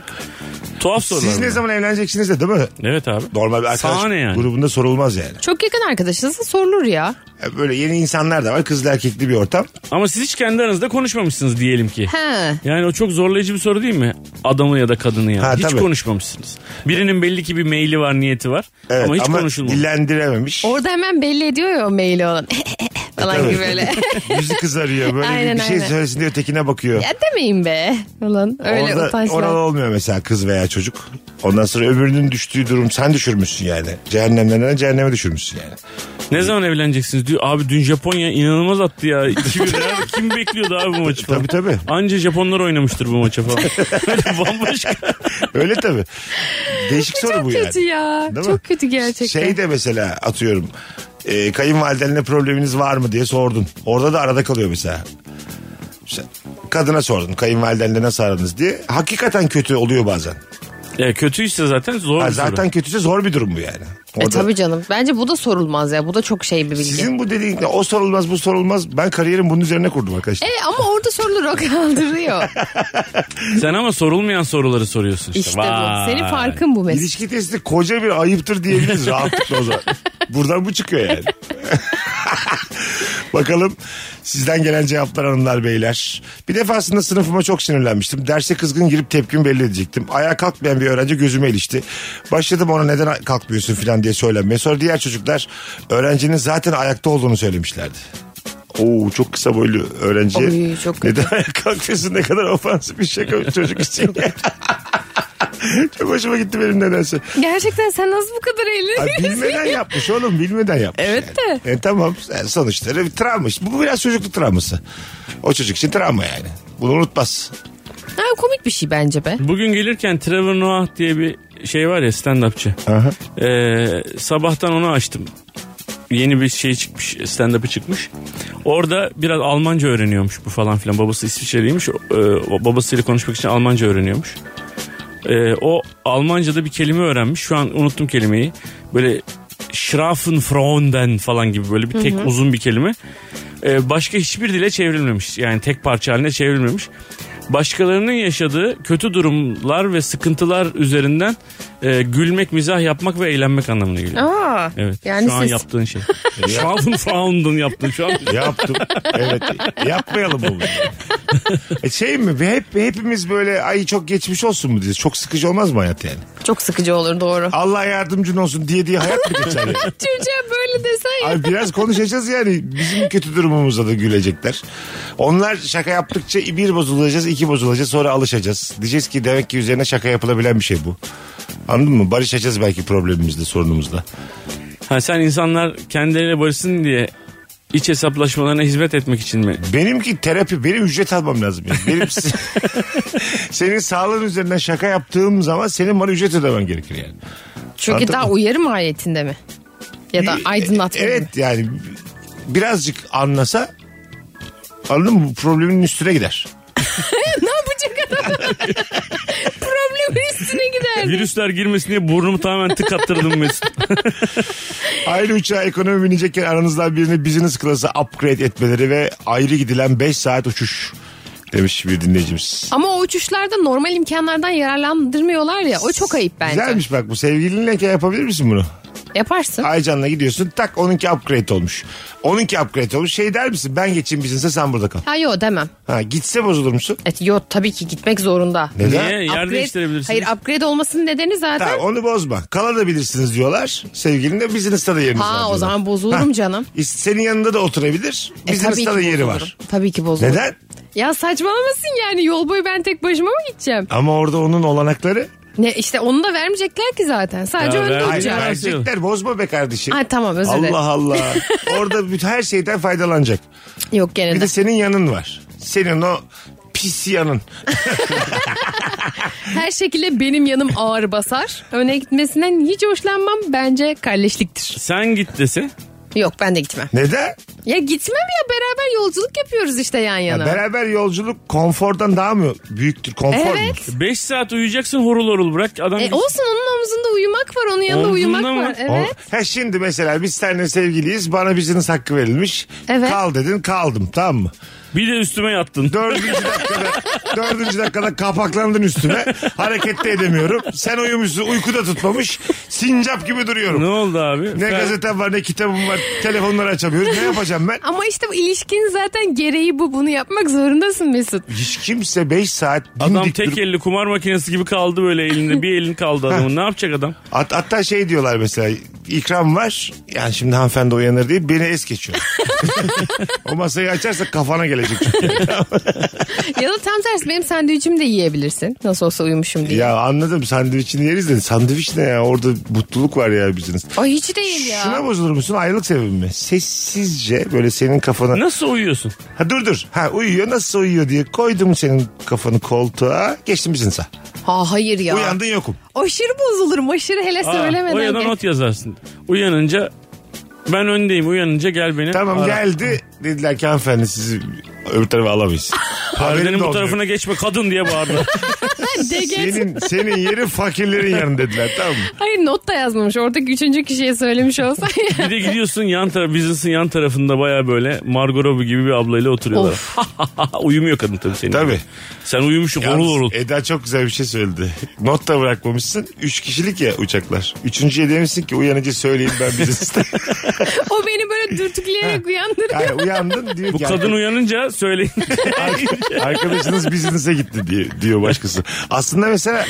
[SPEAKER 4] tuhaf sorular.
[SPEAKER 2] siz ne
[SPEAKER 4] bunlar.
[SPEAKER 2] zaman evleneceksiniz de değil mi?
[SPEAKER 4] Evet abi.
[SPEAKER 2] Normal bir
[SPEAKER 4] Sahne
[SPEAKER 2] arkadaş
[SPEAKER 4] yani.
[SPEAKER 2] grubunda sorulmaz yani.
[SPEAKER 3] Çok yakın arkadaşınızsa sorulur ya.
[SPEAKER 2] Yani Böyle yeni insanlar da var. Kızlı erkekli bir ortam.
[SPEAKER 4] Ama siz hiç kendi aranızda konuşmamışsınız diyelim ki.
[SPEAKER 3] He.
[SPEAKER 4] Yani o çok zorlayıcı bir soru değil mi? Adamı ya da kadını yani.
[SPEAKER 2] Ha,
[SPEAKER 4] hiç
[SPEAKER 2] tabii.
[SPEAKER 4] konuşmamışsınız. Birinin belli ki bir maili var, niyeti var.
[SPEAKER 2] Evet,
[SPEAKER 4] ama
[SPEAKER 2] ama,
[SPEAKER 4] hiç konuşulmamış.
[SPEAKER 2] dillendirememiş.
[SPEAKER 3] Orada hemen belli ediyor ya o maili olan. falan gibi böyle.
[SPEAKER 2] Yüzü kızarıyor. Böyle
[SPEAKER 3] Aynen,
[SPEAKER 2] bir şey
[SPEAKER 3] aynen.
[SPEAKER 2] söylesin diye ötekine bakıyor.
[SPEAKER 3] ya demeyin be. Falan. Öyle
[SPEAKER 2] Orada
[SPEAKER 3] utançlar.
[SPEAKER 2] oralı olmuyor mesela kız veya çocuk. Ondan sonra öbürünün düştüğü durum sen düşürmüşsün yani. Cehennemden cehenneme düşürmüşsün yani.
[SPEAKER 4] Ne zaman evleneceksiniz? Diyor, abi dün Japonya inanılmaz attı ya. 2-1 abi. Kim bekliyordu abi bu maçı falan?
[SPEAKER 2] Tabii tabii.
[SPEAKER 4] Anca Japonlar oynamıştır bu maça falan. Bambaşka.
[SPEAKER 2] Öyle tabii. Değişik soru
[SPEAKER 3] Çok
[SPEAKER 2] bu
[SPEAKER 3] kötü
[SPEAKER 2] yani.
[SPEAKER 3] ya.
[SPEAKER 2] Değil mi?
[SPEAKER 3] Çok kötü gerçekten.
[SPEAKER 2] Şey de mesela atıyorum. E, kayınvalidenle probleminiz var mı diye sordun. Orada da arada kalıyor mesela. Sen- Kadına sordun kayınvalidenle nasıl aranız diye. Hakikaten kötü oluyor bazen.
[SPEAKER 4] Ya kötüyse zaten zor
[SPEAKER 2] Ha,
[SPEAKER 4] bir soru.
[SPEAKER 2] zaten kötüyse zor bir durum bu yani.
[SPEAKER 3] E
[SPEAKER 2] Orada-
[SPEAKER 3] tabii canım. Bence bu da sorulmaz ya. Bu da çok şey bir bilgi.
[SPEAKER 2] Sizin bu dediğin o sorulmaz bu sorulmaz. Ben kariyerim bunun üzerine kurdum arkadaşlar.
[SPEAKER 3] E ama orada sorulur o kaldırıyor.
[SPEAKER 4] Sen ama sorulmayan soruları soruyorsun işte.
[SPEAKER 3] İşte
[SPEAKER 4] Vay.
[SPEAKER 3] bu. Senin farkın bu mesela.
[SPEAKER 2] İlişki testi koca bir ayıptır diyebiliriz rahatlıkla o zaman. Buradan bu çıkıyor yani. Bakalım sizden gelen cevaplar hanımlar beyler. Bir defasında sınıfıma çok sinirlenmiştim. Derse kızgın girip tepkimi belli edecektim. Ayağa kalkmayan bir öğrenci gözüme ilişti. Başladım ona neden kalkmıyorsun falan diye söylenmeye. Sonra diğer çocuklar öğrencinin zaten ayakta olduğunu söylemişlerdi. Oo çok kısa boylu öğrenciye.
[SPEAKER 3] Oy, çok kötü.
[SPEAKER 2] neden ayağa kalkıyorsun ne kadar ofansif bir şaka çocuk için. çok hoşuma gitti benim nedense.
[SPEAKER 3] Gerçekten sen nasıl bu kadar
[SPEAKER 2] Ay,
[SPEAKER 3] eğleniyorsun?
[SPEAKER 2] bilmeden yapmış oğlum bilmeden yapmış.
[SPEAKER 3] Evet
[SPEAKER 2] yani. E, tamam yani sonuçta bir travma işte. Bu biraz çocukluk travması. O çocuk için travma yani. Bunu unutmaz.
[SPEAKER 3] Ha, komik bir şey bence be.
[SPEAKER 4] Bugün gelirken Trevor Noah diye bir şey var ya stand-upçı. Ee, sabahtan onu açtım. Yeni bir şey çıkmış stand-up'ı çıkmış. Orada biraz Almanca öğreniyormuş bu falan filan. Babası İsviçreliymiş. Ee, o babasıyla konuşmak için Almanca öğreniyormuş. Ee, o Almanca'da bir kelime öğrenmiş. Şu an unuttum kelimeyi. Böyle Schrafenfraunden falan gibi böyle bir tek uzun bir kelime. Ee, başka hiçbir dile çevrilmemiş. Yani tek parça haline çevrilmemiş. Başkalarının yaşadığı kötü durumlar ve sıkıntılar üzerinden e, gülmek, mizah yapmak ve eğlenmek anlamına geliyor.
[SPEAKER 3] Aa,
[SPEAKER 4] Evet.
[SPEAKER 3] Yani
[SPEAKER 4] şu an
[SPEAKER 3] siz-
[SPEAKER 4] yaptığın şey. Schrafenfraunden yaptın şu an.
[SPEAKER 2] Yaptım. evet. Yapmayalım bunu. E, şey mi? Hep, hepimiz böyle ay çok geçmiş olsun mu diye. Çok sıkıcı olmaz mı hayat yani?
[SPEAKER 3] çok sıkıcı olur doğru.
[SPEAKER 2] Allah yardımcın olsun diye diye hayat mı geçer yani?
[SPEAKER 3] Çocuğa böyle desen ya.
[SPEAKER 2] Ay biraz konuşacağız yani. Bizim kötü durumumuza da gülecekler. Onlar şaka yaptıkça bir bozulacağız, iki bozulacağız. Sonra alışacağız. Diyeceğiz ki demek ki üzerine şaka yapılabilen bir şey bu. Anladın mı? Barışacağız belki problemimizde, sorunumuzda.
[SPEAKER 4] Ha, sen insanlar kendileriyle barışsın diye iç hesaplaşmalarına hizmet etmek için mi?
[SPEAKER 2] Benimki terapi benim ücret almam lazım. yani. Benim se- senin sağlığın üzerinden şaka yaptığım zaman senin bana ücret ödemen gerekir yani.
[SPEAKER 3] Çünkü
[SPEAKER 2] Anladın
[SPEAKER 3] daha
[SPEAKER 2] mı?
[SPEAKER 3] uyarı mahiyetinde mi? Ya da aydınlatma mı?
[SPEAKER 2] E, Evet yani birazcık anlasa anladın mı? Bu problemin üstüne gider.
[SPEAKER 3] ne yapacak adam? Problemin üstüne gider.
[SPEAKER 4] Virüsler girmesin diye burnumu tamamen tıkattırdım Mesut.
[SPEAKER 2] Aynı uçağa ekonomi binecekken aranızdan birini business class'a upgrade etmeleri ve ayrı gidilen 5 saat uçuş demiş bir dinleyicimiz.
[SPEAKER 3] Ama o uçuşlarda normal imkanlardan yararlandırmıyorlar ya. O çok ayıp bence.
[SPEAKER 2] Güzelmiş bak bu sevgilinle yapabilir misin bunu?
[SPEAKER 3] Yaparsın.
[SPEAKER 2] Aycan'la gidiyorsun tak onunki upgrade olmuş. Onunki upgrade olmuş şey der misin ben geçeyim business'a sen burada kal.
[SPEAKER 3] Ha yo demem.
[SPEAKER 2] Ha gitse bozulur musun?
[SPEAKER 3] Evet yo tabii ki gitmek zorunda.
[SPEAKER 2] Neden?
[SPEAKER 4] Niye? Yer
[SPEAKER 3] Upgrade-
[SPEAKER 4] değiştirebilirsiniz.
[SPEAKER 3] Hayır upgrade olmasının nedeni zaten.
[SPEAKER 2] Tamam, onu bozma. Kalabilirsiniz diyorlar. Sevgilin de business'ta da yeriniz
[SPEAKER 3] Ha,
[SPEAKER 2] var.
[SPEAKER 3] o
[SPEAKER 2] diyorlar.
[SPEAKER 3] zaman bozulurum
[SPEAKER 2] Ha,
[SPEAKER 3] canım.
[SPEAKER 2] is- Senin yanında da oturabilir.
[SPEAKER 3] E, tabii ki
[SPEAKER 2] business'ta da yeri
[SPEAKER 3] bozulurum.
[SPEAKER 2] var.
[SPEAKER 3] Tabii ki bozulurum.
[SPEAKER 2] Neden?
[SPEAKER 3] Ya saçmalamasın yani yol boyu ben tek başıma mı gideceğim?
[SPEAKER 2] Ama orada onun olanakları.
[SPEAKER 3] Ne işte onu da vermeyecekler ki zaten. Sadece
[SPEAKER 4] Ya
[SPEAKER 3] önde
[SPEAKER 4] vermeyecek.
[SPEAKER 2] Hayır
[SPEAKER 4] Hocam.
[SPEAKER 3] olacağım.
[SPEAKER 2] verecekler bozma be kardeşim.
[SPEAKER 3] Ay tamam özür dilerim.
[SPEAKER 2] Allah Allah. orada bütün her şeyden faydalanacak.
[SPEAKER 3] Yok gene
[SPEAKER 2] Bir
[SPEAKER 3] de.
[SPEAKER 2] de senin yanın var. Senin o pis yanın.
[SPEAKER 3] Her şekilde benim yanım ağır basar. Öne gitmesinden hiç hoşlanmam. Bence kardeşliktir.
[SPEAKER 4] Sen git dese.
[SPEAKER 3] Yok ben de gitmem.
[SPEAKER 2] Neden?
[SPEAKER 3] Ya gitmem ya beraber yolculuk yapıyoruz işte yan
[SPEAKER 2] Ya
[SPEAKER 3] yana.
[SPEAKER 2] beraber yolculuk konfordan daha mı büyüktür? Konfor mu?
[SPEAKER 3] Evet.
[SPEAKER 4] 5 saat uyuyacaksın horul horul bırak. Adam
[SPEAKER 3] E, olsun onun omzunda uyumak var. Onun yanında
[SPEAKER 4] Omzunda
[SPEAKER 3] uyumak
[SPEAKER 4] mı?
[SPEAKER 3] var.
[SPEAKER 2] O-
[SPEAKER 3] Evet.
[SPEAKER 2] Ha şimdi mesela biz seninle sevgiliyiz. Bana business hakkı verilmiş.
[SPEAKER 3] Evet.
[SPEAKER 2] Kal dedin kaldım tamam mı?
[SPEAKER 4] bir de üstüme yattın.
[SPEAKER 2] Dördüncü dakikada, dördüncü dakikada kapaklandın üstüme. Hareket de edemiyorum. Sen uyumuşsun uyku da tutmamış. Sincap gibi duruyorum.
[SPEAKER 4] Ne
[SPEAKER 2] Ne,
[SPEAKER 4] oldu abi? Fer-
[SPEAKER 2] gazetem var ne kitabım var. Telefonları açamıyoruz. Ne yapacağım ben?
[SPEAKER 3] Ama işte bu ilişkin zaten gereği bu. Bunu yapmak zorundasın Mesut.
[SPEAKER 2] Hiç kimse 5 saat
[SPEAKER 4] Adam
[SPEAKER 2] dimdik
[SPEAKER 4] tek
[SPEAKER 2] durup-
[SPEAKER 4] elli kumar makinesi gibi kaldı böyle elinde. Bir elin kaldı adamın. ne yapacak adam?
[SPEAKER 2] Hat- hatta şey diyorlar mesela ikram var. Yani şimdi hanımefendi uyanır diye beni es geçiyor. o masayı açarsa kafana gelecek. çünkü.
[SPEAKER 3] ya da tam tersi benim sandviçimi de yiyebilirsin. Nasıl olsa uyumuşum diye.
[SPEAKER 2] ya anladım sandviçini yeriz de sandviç ne ya orada mutluluk var ya bizim.
[SPEAKER 3] Ay hiç değil ya.
[SPEAKER 2] Şuna bozulur musun? Ayrılık sebebi mi? Sessizce böyle senin kafana...
[SPEAKER 4] Nasıl uyuyorsun?
[SPEAKER 2] Ha, dur dur. Ha uyuyor nasıl uyuyor diye koydum senin kafanı koltuğa. Geçtim business'a.
[SPEAKER 3] Ha hayır ya.
[SPEAKER 2] Uyandın yokum.
[SPEAKER 3] Aşırı bozulurum. Aşırı hele
[SPEAKER 4] Aa,
[SPEAKER 3] söylemeden.
[SPEAKER 4] o ya da
[SPEAKER 3] gel.
[SPEAKER 4] not yazarsın. Uyanınca ben öndeyim. Uyanınca gel beni.
[SPEAKER 2] Tamam
[SPEAKER 4] ara.
[SPEAKER 2] geldi. Dediler ki hanımefendi sizi öbür tarafa alamayız.
[SPEAKER 4] Perdenin
[SPEAKER 2] Haberin de
[SPEAKER 4] bu
[SPEAKER 2] olmuyor.
[SPEAKER 4] tarafına geçme kadın diye bağırdı.
[SPEAKER 3] De geç.
[SPEAKER 2] Senin, senin yerin fakirlerin yanı dediler tamam mı?
[SPEAKER 3] Hayır not da yazmamış. Oradaki üçüncü kişiye söylemiş olsa.
[SPEAKER 4] bir de gidiyorsun yan taraf, business'ın yan tarafında baya böyle Margot Robbie gibi bir ablayla oturuyorlar. Uyumuyor kadın tabii senin.
[SPEAKER 2] Tabii.
[SPEAKER 4] Sen uyumuşsun horul
[SPEAKER 2] Yalnız
[SPEAKER 4] horul.
[SPEAKER 2] Eda çok güzel bir şey söyledi. Not da bırakmamışsın. Üç kişilik ya uçaklar. Üçüncüye demişsin ki uyanınca söyleyin ben business'ta.
[SPEAKER 3] o beni böyle dürtükleyerek uyandırıyor.
[SPEAKER 2] yani uyandın diyor
[SPEAKER 4] Bu
[SPEAKER 2] ki.
[SPEAKER 4] kadın uyanınca söyleyin.
[SPEAKER 2] Arkadaşınız business'e gitti diye, diyor başkası. Aslında mesela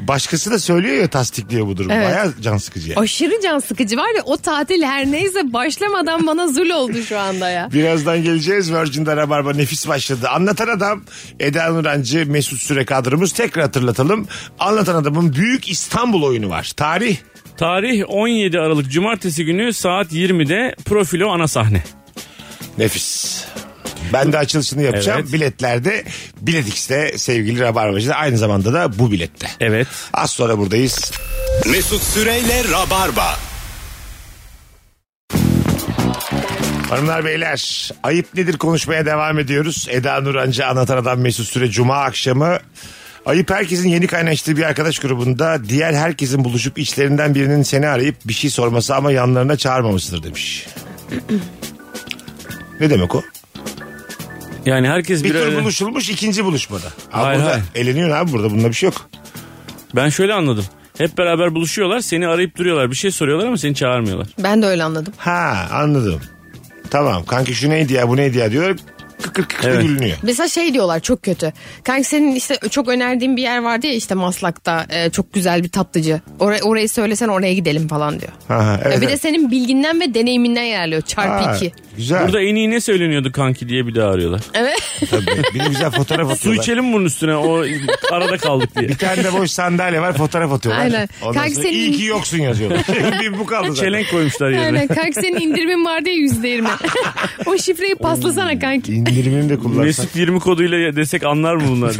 [SPEAKER 2] başkası da söylüyor ya tasdikliyor bu durum.
[SPEAKER 3] Evet.
[SPEAKER 2] Baya can sıkıcı yani.
[SPEAKER 3] Aşırı can sıkıcı var ya o tatil her neyse başlamadan bana zul oldu şu anda ya.
[SPEAKER 2] Birazdan geleceğiz. Virgin'de Rabarba nefis başladı. Anlatan Adam Eda Nurancı Mesut Süre kadromuz. Tekrar hatırlatalım. Anlatan Adam'ın Büyük İstanbul oyunu var. Tarih
[SPEAKER 4] Tarih 17 Aralık Cumartesi günü saat 20'de Profilo ana sahne.
[SPEAKER 2] nefis. Ben de açılışını yapacağım.
[SPEAKER 4] Evet.
[SPEAKER 2] Biletlerde Bilet X'de sevgili Rabarbacı'da aynı zamanda da bu bilette.
[SPEAKER 4] Evet.
[SPEAKER 2] Az sonra buradayız.
[SPEAKER 1] Mesut Süreyle Rabarba.
[SPEAKER 2] Hanımlar beyler ayıp nedir konuşmaya devam ediyoruz. Eda Nurancı anlatan adam Mesut Süre Cuma akşamı Ayıp herkesin yeni kaynaştığı bir arkadaş grubunda diğer herkesin buluşup içlerinden birinin seni arayıp bir şey sorması ama yanlarına çağırmamıştır demiş. ne demek o?
[SPEAKER 4] Yani herkes bir,
[SPEAKER 2] Bir tur
[SPEAKER 4] arada-
[SPEAKER 2] buluşulmuş ikinci buluşmada. Abi
[SPEAKER 4] Hayır,
[SPEAKER 2] burada
[SPEAKER 4] hayır.
[SPEAKER 2] eleniyorsun abi burada bunda bir şey yok.
[SPEAKER 4] Ben şöyle anladım. Hep beraber buluşuyorlar, seni arayıp duruyorlar, bir şey soruyorlar ama seni çağırmıyorlar.
[SPEAKER 3] Ben de öyle anladım.
[SPEAKER 2] Ha anladım. Tamam kanki şu neydi ya bu neydi ya diyor. kıkır kıkır
[SPEAKER 4] Evet.
[SPEAKER 2] gülünüyor.
[SPEAKER 3] Mesela şey diyorlar çok kötü. Kanka senin işte çok önerdiğin bir yer vardı ya işte Maslak'ta e, çok güzel bir tatlıcı. Orayı, orayı söylesen oraya gidelim falan diyor.
[SPEAKER 2] Aha, evet,
[SPEAKER 3] Ya bir de
[SPEAKER 2] evet.
[SPEAKER 3] senin bilginden ve deneyiminden yerliyor
[SPEAKER 2] Aa,
[SPEAKER 3] çarpı iki.
[SPEAKER 2] Güzel.
[SPEAKER 4] Burada en iyi ne söyleniyordu kanki diye bir daha arıyorlar.
[SPEAKER 2] Tabii. Bir de güzel fotoğraf
[SPEAKER 4] Su
[SPEAKER 2] atıyorlar.
[SPEAKER 4] içelim bunun üstüne o arada kaldık diye.
[SPEAKER 2] Bir tane de boş sandalye var fotoğraf atıyorlar.
[SPEAKER 3] Aynen.
[SPEAKER 2] Ondan
[SPEAKER 3] Kanka
[SPEAKER 2] sonra
[SPEAKER 3] senin-
[SPEAKER 2] iyi ki yoksun yazıyorlar. bir bu kaldı zaten.
[SPEAKER 4] Çelenk koymuşlar yerine.
[SPEAKER 3] Aynen kanka senin indirimin var diye yüzde yirmi. o şifreyi paslasana kanki.
[SPEAKER 2] İndirimini de kullansak.
[SPEAKER 4] Mesut 20 koduyla desek anlar mı bunlar?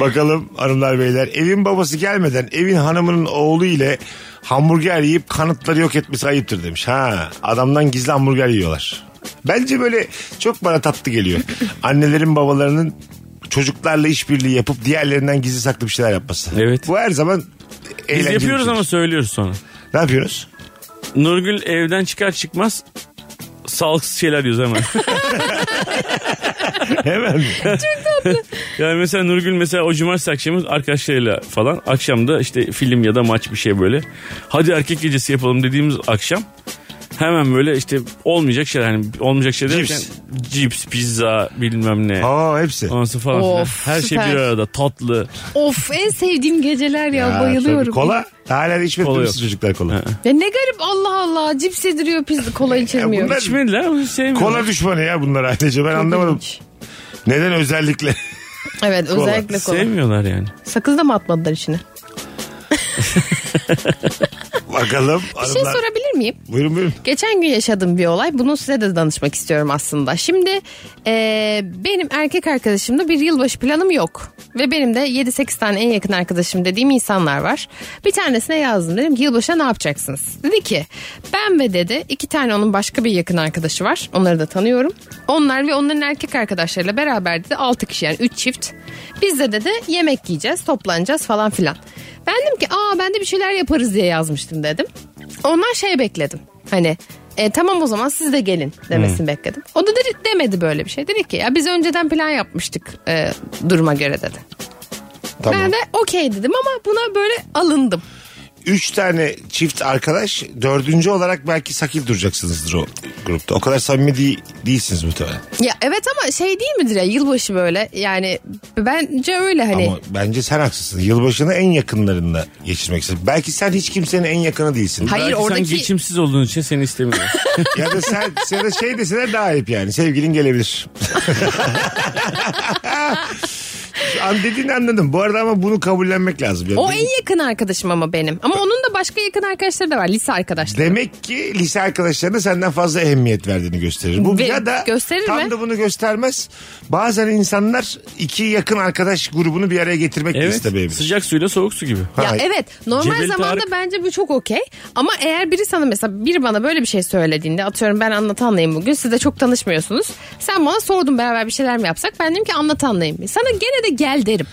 [SPEAKER 2] Bakalım hanımlar beyler. Evin babası gelmeden evin hanımının oğlu ile hamburger yiyip kanıtları yok etmesi ayıptır demiş. Ha adamdan gizli hamburger yiyorlar. Bence böyle çok bana tatlı geliyor. Annelerin babalarının çocuklarla işbirliği yapıp diğerlerinden gizli saklı bir şeyler yapması.
[SPEAKER 4] Evet.
[SPEAKER 2] Bu her zaman
[SPEAKER 4] Biz
[SPEAKER 2] eğlenceli bir
[SPEAKER 4] yapıyoruz
[SPEAKER 2] şey.
[SPEAKER 4] ama söylüyoruz sonra.
[SPEAKER 2] Ne yapıyorsunuz?
[SPEAKER 4] Nurgül evden çıkar çıkmaz sağlıksız şeyler yiyoruz hemen.
[SPEAKER 2] Hemen mi?
[SPEAKER 4] yani mesela Nurgül mesela o cumartesi akşamı arkadaşlarıyla falan akşamda işte film ya da maç bir şey böyle. Hadi erkek gecesi yapalım dediğimiz akşam hemen böyle işte olmayacak şeyler hani olmayacak şeyler
[SPEAKER 2] Cips.
[SPEAKER 4] derken cips, pizza bilmem ne.
[SPEAKER 2] Aa hepsi.
[SPEAKER 4] Anası falan.
[SPEAKER 3] Of,
[SPEAKER 4] filan. Her şey
[SPEAKER 3] süper.
[SPEAKER 4] bir arada tatlı.
[SPEAKER 3] Of en sevdiğim geceler ya,
[SPEAKER 2] Aa,
[SPEAKER 3] bayılıyorum.
[SPEAKER 2] tabii. Kola. Hala içmedi
[SPEAKER 4] Kola
[SPEAKER 2] misiniz
[SPEAKER 4] yok.
[SPEAKER 2] çocuklar kola?
[SPEAKER 3] Ya ne garip Allah Allah cips yediriyor pizza kola içilmiyor.
[SPEAKER 2] bunlar-
[SPEAKER 4] İçmediler ama sevmiyorum.
[SPEAKER 2] Kola düşmanı ya bunlar ailece ben anlamadım. Neden özellikle?
[SPEAKER 3] Evet
[SPEAKER 2] Kola.
[SPEAKER 3] özellikle kola.
[SPEAKER 4] Sevmiyorlar yani.
[SPEAKER 3] Sakız da mı atmadılar içine?
[SPEAKER 2] Bakalım.
[SPEAKER 3] Bir şey
[SPEAKER 2] hanımlar.
[SPEAKER 3] sorabilir miyim?
[SPEAKER 2] Buyurun buyurun.
[SPEAKER 3] Geçen gün yaşadığım bir olay. Bunu size de danışmak istiyorum aslında. Şimdi e, benim erkek arkadaşımda bir yılbaşı planım yok. Ve benim de 7-8 tane en yakın arkadaşım dediğim insanlar var. Bir tanesine yazdım. Dedim ki yılbaşına ne yapacaksınız? Dedi ki ben ve dedi iki tane onun başka bir yakın arkadaşı var. Onları da tanıyorum. Onlar ve onların erkek arkadaşlarıyla beraber dedi 6 kişi yani 3 çift. Biz de dedi yemek yiyeceğiz toplanacağız falan filan. Ben dedim ki aa ben de bir şeyler yaparız diye yazmıştım dedim. Ondan şey bekledim. Hani e, tamam o zaman siz de gelin demesini
[SPEAKER 2] Hmm.
[SPEAKER 3] bekledim. O da dedi, demedi böyle bir şey. Dedi ki ya biz önceden plan yapmıştık e, duruma göre dedi.
[SPEAKER 2] Tamam.
[SPEAKER 3] Ben de okey dedim ama buna böyle alındım.
[SPEAKER 2] Üç tane çift arkadaş dördüncü olarak belki sakil duracaksınızdır o grupta. O kadar samimi değil, değilsiniz muhtemelen.
[SPEAKER 3] Ya evet ama şey değil midir ya yılbaşı böyle yani bence öyle hani.
[SPEAKER 2] Ama bence sen haksızsın. Yılbaşını en yakınlarında geçirmek istiyorsun. Belki sen hiç kimsenin en yakını değilsin.
[SPEAKER 3] Hayır
[SPEAKER 4] Belki
[SPEAKER 3] oradaki
[SPEAKER 4] sen geçimsiz olduğun için seni istemiyor.
[SPEAKER 2] ya da sen ya da şey deseler daha ayıp yani. Sevgilin gelebilir. Şu An dediğini anladım. Bu arada ama bunu kabullenmek lazım. Yani
[SPEAKER 3] o
[SPEAKER 2] de-
[SPEAKER 3] en yakın arkadaşım ama benim. Ama onun da başka yakın arkadaşları da var lise arkadaşları.
[SPEAKER 2] Demek ki lise arkadaşlarına senden fazla ehemmiyet verdiğini gösterir. Bu
[SPEAKER 3] Ve
[SPEAKER 2] ya da
[SPEAKER 3] gösterir
[SPEAKER 2] tam
[SPEAKER 3] mi?
[SPEAKER 2] da bunu göstermez. Bazen insanlar iki yakın arkadaş grubunu bir araya getirmek de
[SPEAKER 4] evet.
[SPEAKER 2] istemeyebilir.
[SPEAKER 4] Sıcak suyla soğuk su gibi.
[SPEAKER 3] Ya
[SPEAKER 2] Ha,
[SPEAKER 3] evet normal
[SPEAKER 4] Cebel
[SPEAKER 3] zamanda
[SPEAKER 4] Tarık-
[SPEAKER 3] bence bu çok okey ama eğer biri sana mesela biri bana böyle bir şey söylediğinde atıyorum ben anlatanlayım bugün siz de çok tanışmıyorsunuz. Sen bana sordun beraber bir şeyler mi yapsak ben dedim ki anlatanlayım. Sana gene de gel derim.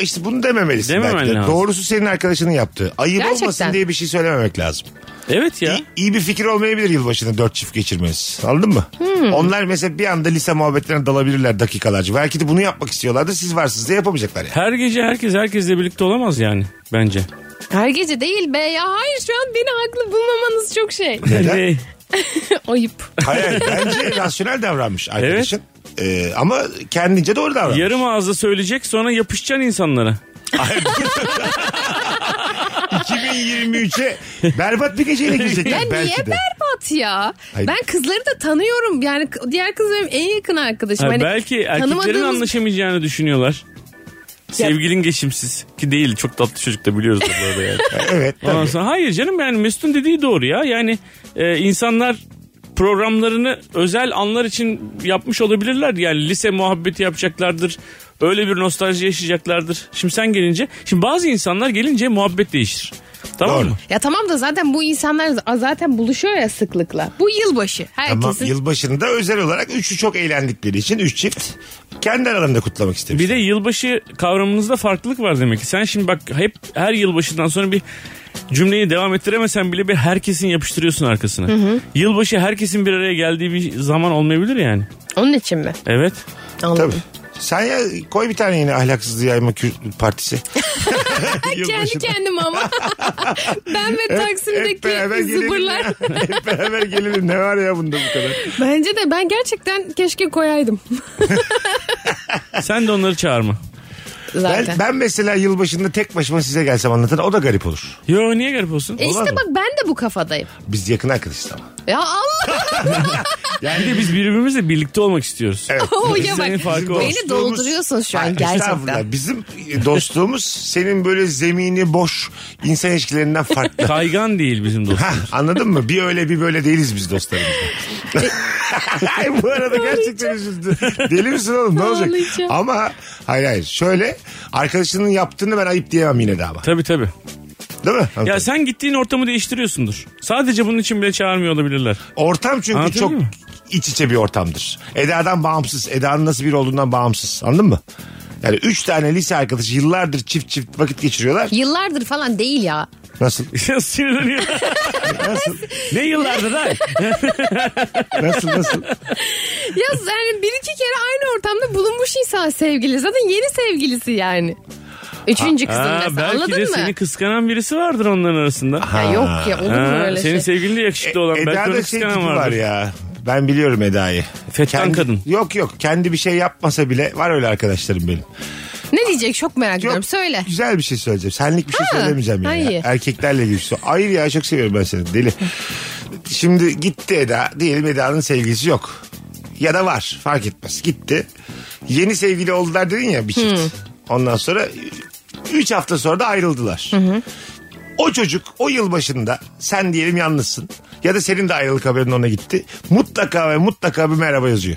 [SPEAKER 2] İşte bunu dememelisin
[SPEAKER 4] Dememen
[SPEAKER 2] belki de.
[SPEAKER 4] lazım.
[SPEAKER 2] Doğrusu senin arkadaşının yaptığı. Ayıp
[SPEAKER 3] Gerçekten.
[SPEAKER 2] olmasın diye bir şey söylememek lazım.
[SPEAKER 4] Evet ya.
[SPEAKER 2] İyi, iyi bir fikir olmayabilir yılbaşını dört çift geçirmeniz. Anladın mı? Onlar mesela bir anda lise muhabbetlerine dalabilirler dakikalarca. Belki de bunu yapmak istiyorlardı. Siz varsınız diye yapamayacaklar yani.
[SPEAKER 4] Her gece herkes herkesle birlikte olamaz yani bence.
[SPEAKER 3] Her gece değil be ya hayır şu an beni haklı bulmamanız çok şey.
[SPEAKER 2] Neden?
[SPEAKER 4] Ne?
[SPEAKER 3] Ayıp.
[SPEAKER 2] Hayır bence rasyonel davranmış arkadaşın. Ee, ama kendince doğru davranmış.
[SPEAKER 4] Yarım ağızla söyleyecek sonra yapışacaksın insanlara.
[SPEAKER 2] Ay, dur. 2023'e berbat bir geceyle girecek.
[SPEAKER 3] Ya
[SPEAKER 2] yani
[SPEAKER 3] niye
[SPEAKER 2] belki de.
[SPEAKER 3] berbat ya?
[SPEAKER 2] Hayır.
[SPEAKER 3] Ben kızları da tanıyorum. Yani k- diğer kız benim en yakın arkadaşım.
[SPEAKER 4] Ha,
[SPEAKER 3] Hani
[SPEAKER 4] belki erkeklerin
[SPEAKER 3] tanımadığımız-
[SPEAKER 4] anlaşamayacağını düşünüyorlar. Sevgilin geçimsiz ki değil çok tatlı çocuk da biliyoruz da bu arada yani.
[SPEAKER 2] Evet.
[SPEAKER 4] Ondan sonra hayır canım yani Mesut'un dediği doğru ya. Yani e, insanlar programlarını özel anlar için yapmış olabilirler. Yani lise muhabbeti yapacaklardır. Öyle bir nostalji yaşayacaklardır. Şimdi sen gelince, şimdi bazı insanlar gelince muhabbet değişir. Tamam
[SPEAKER 2] Doğru.
[SPEAKER 4] mı?
[SPEAKER 3] Ya tamam da zaten bu insanlar z- zaten buluşuyor ya sıklıkla. Bu yılbaşı. Herkesin
[SPEAKER 2] Ama yılbaşında özel olarak üçü çok eğlendikleri için üç çift kendi aralarında kutlamak istemiş.
[SPEAKER 4] Bir de yılbaşı kavramınızda farklılık var demek ki. Sen şimdi bak hep her yılbaşından sonra bir cümleyi devam ettiremesen bile bir herkesin yapıştırıyorsun arkasına. Yılbaşı herkesin bir araya geldiği bir zaman olmayabilir yani.
[SPEAKER 3] Onun için mi?
[SPEAKER 4] Evet.
[SPEAKER 3] Anladım.
[SPEAKER 2] Tabii. Sen ya koy bir tane yine ahlaksızlığı yayma kü- partisi.
[SPEAKER 3] Kendi kendime ama. ben ve
[SPEAKER 2] Hep beraber
[SPEAKER 3] Taksim'deki
[SPEAKER 2] gelelim
[SPEAKER 3] zıbırlar.
[SPEAKER 2] ya. Hep beraber gelelim. Ne var ya bunda bu kadar?
[SPEAKER 3] Bence de ben gerçekten keşke koyaydım.
[SPEAKER 4] Sen de onları çağırma.
[SPEAKER 3] Zaten.
[SPEAKER 2] Ben, ben mesela yılbaşında tek başıma size gelsem anlatan o da garip olur.
[SPEAKER 4] Yo niye garip olsun?
[SPEAKER 3] E
[SPEAKER 2] Olmaz
[SPEAKER 3] işte
[SPEAKER 2] mı?
[SPEAKER 3] bak ben de bu kafadayım.
[SPEAKER 2] Biz yakın arkadaşız ama.
[SPEAKER 3] Ya Allah!
[SPEAKER 4] Bir de biz birbirimizle birlikte olmak istiyoruz.
[SPEAKER 2] Evet.
[SPEAKER 3] Oo, ya
[SPEAKER 4] Senin
[SPEAKER 3] bak,
[SPEAKER 4] farkı o.
[SPEAKER 3] beni dolduruyorsun şu an
[SPEAKER 2] Hayır,
[SPEAKER 3] gerçekten.
[SPEAKER 2] estağfurullah. Bizim dostluğumuz senin böyle zemini boş insan ilişkilerinden farklı.
[SPEAKER 4] Kaygan değil bizim dostum.
[SPEAKER 2] Hah, anladın mı? Bir öyle bir böyle değiliz biz dostlarımızla.
[SPEAKER 3] E-
[SPEAKER 2] Ay, bu arada gerçekten üzüldü. Deli misin oğlum ne olacak?
[SPEAKER 3] Ağlayacağım.
[SPEAKER 2] Ama hayır hayır şöyle arkadaşının yaptığını ben ayıp diyemem yine de ama.
[SPEAKER 4] Tabii tabii.
[SPEAKER 2] Değil mi?
[SPEAKER 4] Ya sen gittiğin ortamı değiştiriyorsundur. Sadece bunun için bile çağırmıyor olabilirler.
[SPEAKER 2] Ortam çünkü
[SPEAKER 4] Anlatabiliyor
[SPEAKER 2] çok
[SPEAKER 4] muyum?
[SPEAKER 2] iç içe bir ortamdır. Eda'dan bağımsız. Eda'nın nasıl biri olduğundan bağımsız. Anladın mı? Yani üç tane lise arkadaşı yıllardır çift çift vakit geçiriyorlar.
[SPEAKER 3] Yıllardır falan değil ya.
[SPEAKER 2] Nasıl?
[SPEAKER 4] Sinirleniyor. ne yıllardır ha?
[SPEAKER 2] Nasıl nasıl?
[SPEAKER 3] Ya yani bir iki kere aynı ortamda bulunmuş insan sevgili. Zaten yeni sevgilisi yani. Üçüncü kızın
[SPEAKER 4] Ha,
[SPEAKER 3] mesela
[SPEAKER 4] belki
[SPEAKER 3] anladın
[SPEAKER 4] de
[SPEAKER 3] mı?
[SPEAKER 4] seni kıskanan birisi vardır onların arasında.
[SPEAKER 3] Ya yok ya olur mu
[SPEAKER 4] Ha,
[SPEAKER 3] öyle
[SPEAKER 4] senin
[SPEAKER 3] şey?
[SPEAKER 4] sevgilin de yakışıklı olan. belki onu
[SPEAKER 2] Eda'da şey
[SPEAKER 4] kıskanan
[SPEAKER 2] tipi
[SPEAKER 4] vardır.
[SPEAKER 2] var ya. Ben biliyorum Eda'yı.
[SPEAKER 4] Fettan
[SPEAKER 2] Kendi-
[SPEAKER 4] kadın.
[SPEAKER 2] Yok yok. Kendi bir şey yapmasa bile var öyle arkadaşlarım benim.
[SPEAKER 3] Ne diyecek çok merak ediyorum
[SPEAKER 2] Yok,
[SPEAKER 3] söyle.
[SPEAKER 2] Güzel bir şey söyleyeceğim. Senlik bir şey
[SPEAKER 3] Ha,
[SPEAKER 2] söylemeyeceğim yani.
[SPEAKER 3] hayır.
[SPEAKER 2] Erkeklerle ilgili. bir şey. Hayır ya çok seviyorum ben seni. Deli. Şimdi gitti Eda. Diyelim Eda'nın sevgilisi yok. Ya da var. Fark etmez. Gitti. Yeni sevgili oldular dedin ya bir çift.
[SPEAKER 3] Hmm.
[SPEAKER 2] Ondan sonra 3 hafta sonra da ayrıldılar. O çocuk o yıl başında sen diyelim yalnızsın ya da senin de ayrılık haberin ona gitti. Mutlaka ve mutlaka bir merhaba yazıyor.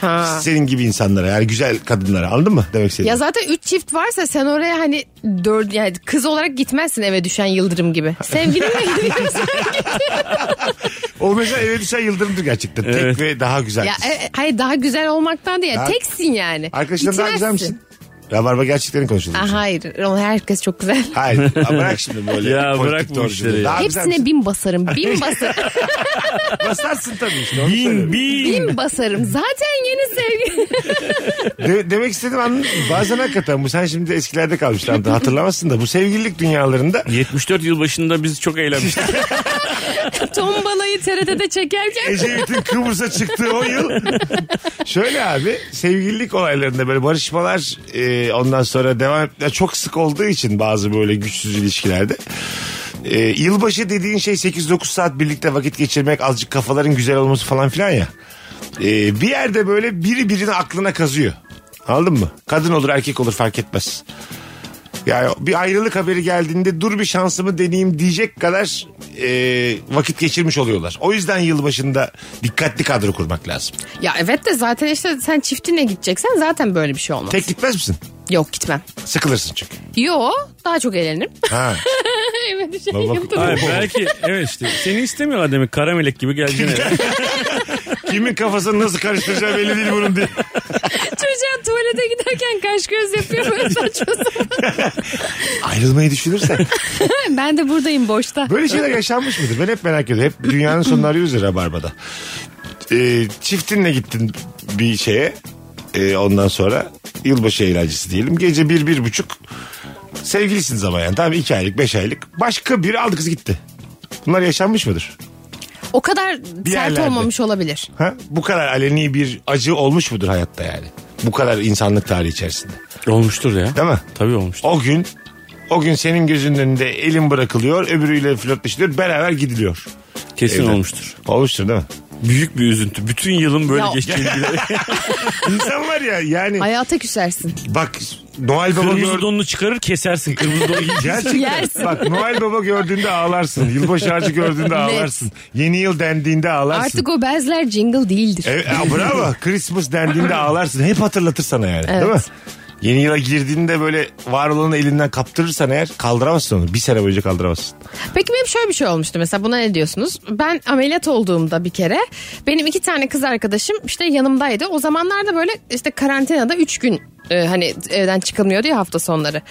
[SPEAKER 3] Ha.
[SPEAKER 2] Senin gibi insanlara yani güzel kadınlara anladın mı demek istediğimi?
[SPEAKER 3] Ya zaten üç çift varsa sen oraya hani dört yani kız olarak gitmezsin eve düşen yıldırım gibi. Sevgilinle gidiyorsun.
[SPEAKER 2] O mesela eve düşen yıldırımdır gerçekten.
[SPEAKER 4] Evet.
[SPEAKER 2] Tek ve daha güzel.
[SPEAKER 3] ya
[SPEAKER 2] kız.
[SPEAKER 3] e, hayır daha güzel olmaktan değil.
[SPEAKER 2] Ya-
[SPEAKER 3] Teksin yani.
[SPEAKER 2] Arkadaşlar daha güzel
[SPEAKER 3] Gitmezsin.
[SPEAKER 2] misin? Rabarba gerçeklerini konuşuldu.
[SPEAKER 3] Aa, hayır. O Herkes çok güzel.
[SPEAKER 2] Hayır Aa, bırak şimdi böyle.
[SPEAKER 4] Ya
[SPEAKER 2] politik
[SPEAKER 4] bırak bu
[SPEAKER 2] doğruculuğu.
[SPEAKER 4] işleri ya.
[SPEAKER 2] Daha güzel
[SPEAKER 3] Hepsine
[SPEAKER 2] misin?
[SPEAKER 3] bin basarım. Bin basarım.
[SPEAKER 2] basarsın tabii işte. onu
[SPEAKER 4] Bin
[SPEAKER 2] söylüyorum.
[SPEAKER 4] bin.
[SPEAKER 3] bin basarım. Zaten yeni sevgili.
[SPEAKER 2] De- demek istedim anladın mı? Bazen hakikaten bu sen şimdi eskilerde kalmışlardı hatırlamazsın da bu sevgililik dünyalarında
[SPEAKER 4] 74 yıl başında biz çok eğlenmiştik.
[SPEAKER 3] Tombalayı TRT'de çekerken.
[SPEAKER 2] Ecevit'in Kıbrıs'a çıktığı o yıl. Şöyle abi sevgililik olaylarında böyle barışmalar e, ondan sonra devam ya çok sık olduğu için bazı böyle güçsüz ilişkilerde. E, yılbaşı dediğin şey 8-9 saat birlikte vakit geçirmek azıcık kafaların güzel olması falan filan ya. E, bir yerde böyle biri birini aklına kazıyor. Anladın mı? Kadın olur erkek olur fark etmez. Yani bir ayrılık haberi geldiğinde dur bir şansımı deneyeyim diyecek kadar e, vakit geçirmiş oluyorlar. O yüzden yılbaşında dikkatli kadro kurmak lazım.
[SPEAKER 3] ya evet de zaten işte sen çiftinle gideceksen zaten böyle bir şey olmaz.
[SPEAKER 2] Tek gitmez misin?
[SPEAKER 3] Yok gitmem.
[SPEAKER 2] Sıkılırsın çünkü.
[SPEAKER 3] Yo daha çok eğlenirim.
[SPEAKER 2] Ha.
[SPEAKER 3] evet şey
[SPEAKER 2] Baba-
[SPEAKER 3] yaptım.
[SPEAKER 4] Hayır, belki evet işte seni istemiyorlar demek kara melek gibi geleceksin eve.
[SPEAKER 2] Kimin kafasını nasıl karıştıracağı belli değil bunun diye.
[SPEAKER 3] Çocuğa tuvalete giderken kaş göz yapıyor böyle saçma sapan.
[SPEAKER 2] Ayrılmayı düşünürsen.
[SPEAKER 3] Ben de buradayım boşta.
[SPEAKER 2] Böyle şeyler yaşanmış mıdır? Ben hep merak ediyorum. Hep dünyanın sonunu arıyoruz ya Rabarba'da. E, çiftinle gittin bir şeye. E, ondan sonra yılbaşı eğlencesi diyelim. Gece bir, bir buçuk. Sevgilisiniz ama yani. Tamam iki aylık, beş aylık. Başka biri aldı kız gitti. Bunlar yaşanmış mıdır?
[SPEAKER 3] O kadar sert
[SPEAKER 2] yerlerde.
[SPEAKER 3] olmamış olabilir.
[SPEAKER 2] Ha? Bu kadar aleni bir acı olmuş mudur hayatta yani? Bu kadar insanlık tarihi içerisinde.
[SPEAKER 4] Olmuştur ya.
[SPEAKER 2] Değil mi?
[SPEAKER 4] Tabii olmuştur.
[SPEAKER 2] O gün o gün senin gözünün önünde elin bırakılıyor, öbürüyle flörtleşiliyor, beraber gidiliyor.
[SPEAKER 4] Kesin
[SPEAKER 2] Evden.
[SPEAKER 4] olmuştur.
[SPEAKER 2] Olmuştur değil mi?
[SPEAKER 4] Büyük bir üzüntü. Bütün yılın böyle
[SPEAKER 3] Ya-
[SPEAKER 4] geçeceğini bile.
[SPEAKER 2] İnsan var ya yani
[SPEAKER 3] Hayata küsersin.
[SPEAKER 2] bak Noel Baba
[SPEAKER 4] Kırmızı
[SPEAKER 2] gördü.
[SPEAKER 4] donunu çıkarır kesersin. Kırmızı donu giyeceksin.
[SPEAKER 3] Yersin.
[SPEAKER 2] Gerçekten. Bak Noel Baba gördüğünde ağlarsın. Yılbaşı harcı gördüğünde ağlarsın. Yeni yıl dendiğinde ağlarsın.
[SPEAKER 3] Artık o bezler jingle değildir.
[SPEAKER 2] Evet, ha, bravo. Christmas dendiğinde ağlarsın. Hep hatırlatır sana yani. Değil mi?
[SPEAKER 3] Evet.
[SPEAKER 2] Yeni yıla girdiğinde böyle var olanı elinden kaptırırsan eğer kaldıramazsın onu. Bir sene boyunca kaldıramazsın.
[SPEAKER 3] Peki benim şöyle bir şey olmuştu mesela buna ne diyorsunuz? Ben ameliyat olduğumda bir kere benim iki tane kız arkadaşım işte yanımdaydı. O zamanlarda böyle işte karantinada üç gün e, hani evden çıkılmıyordu ya hafta sonları.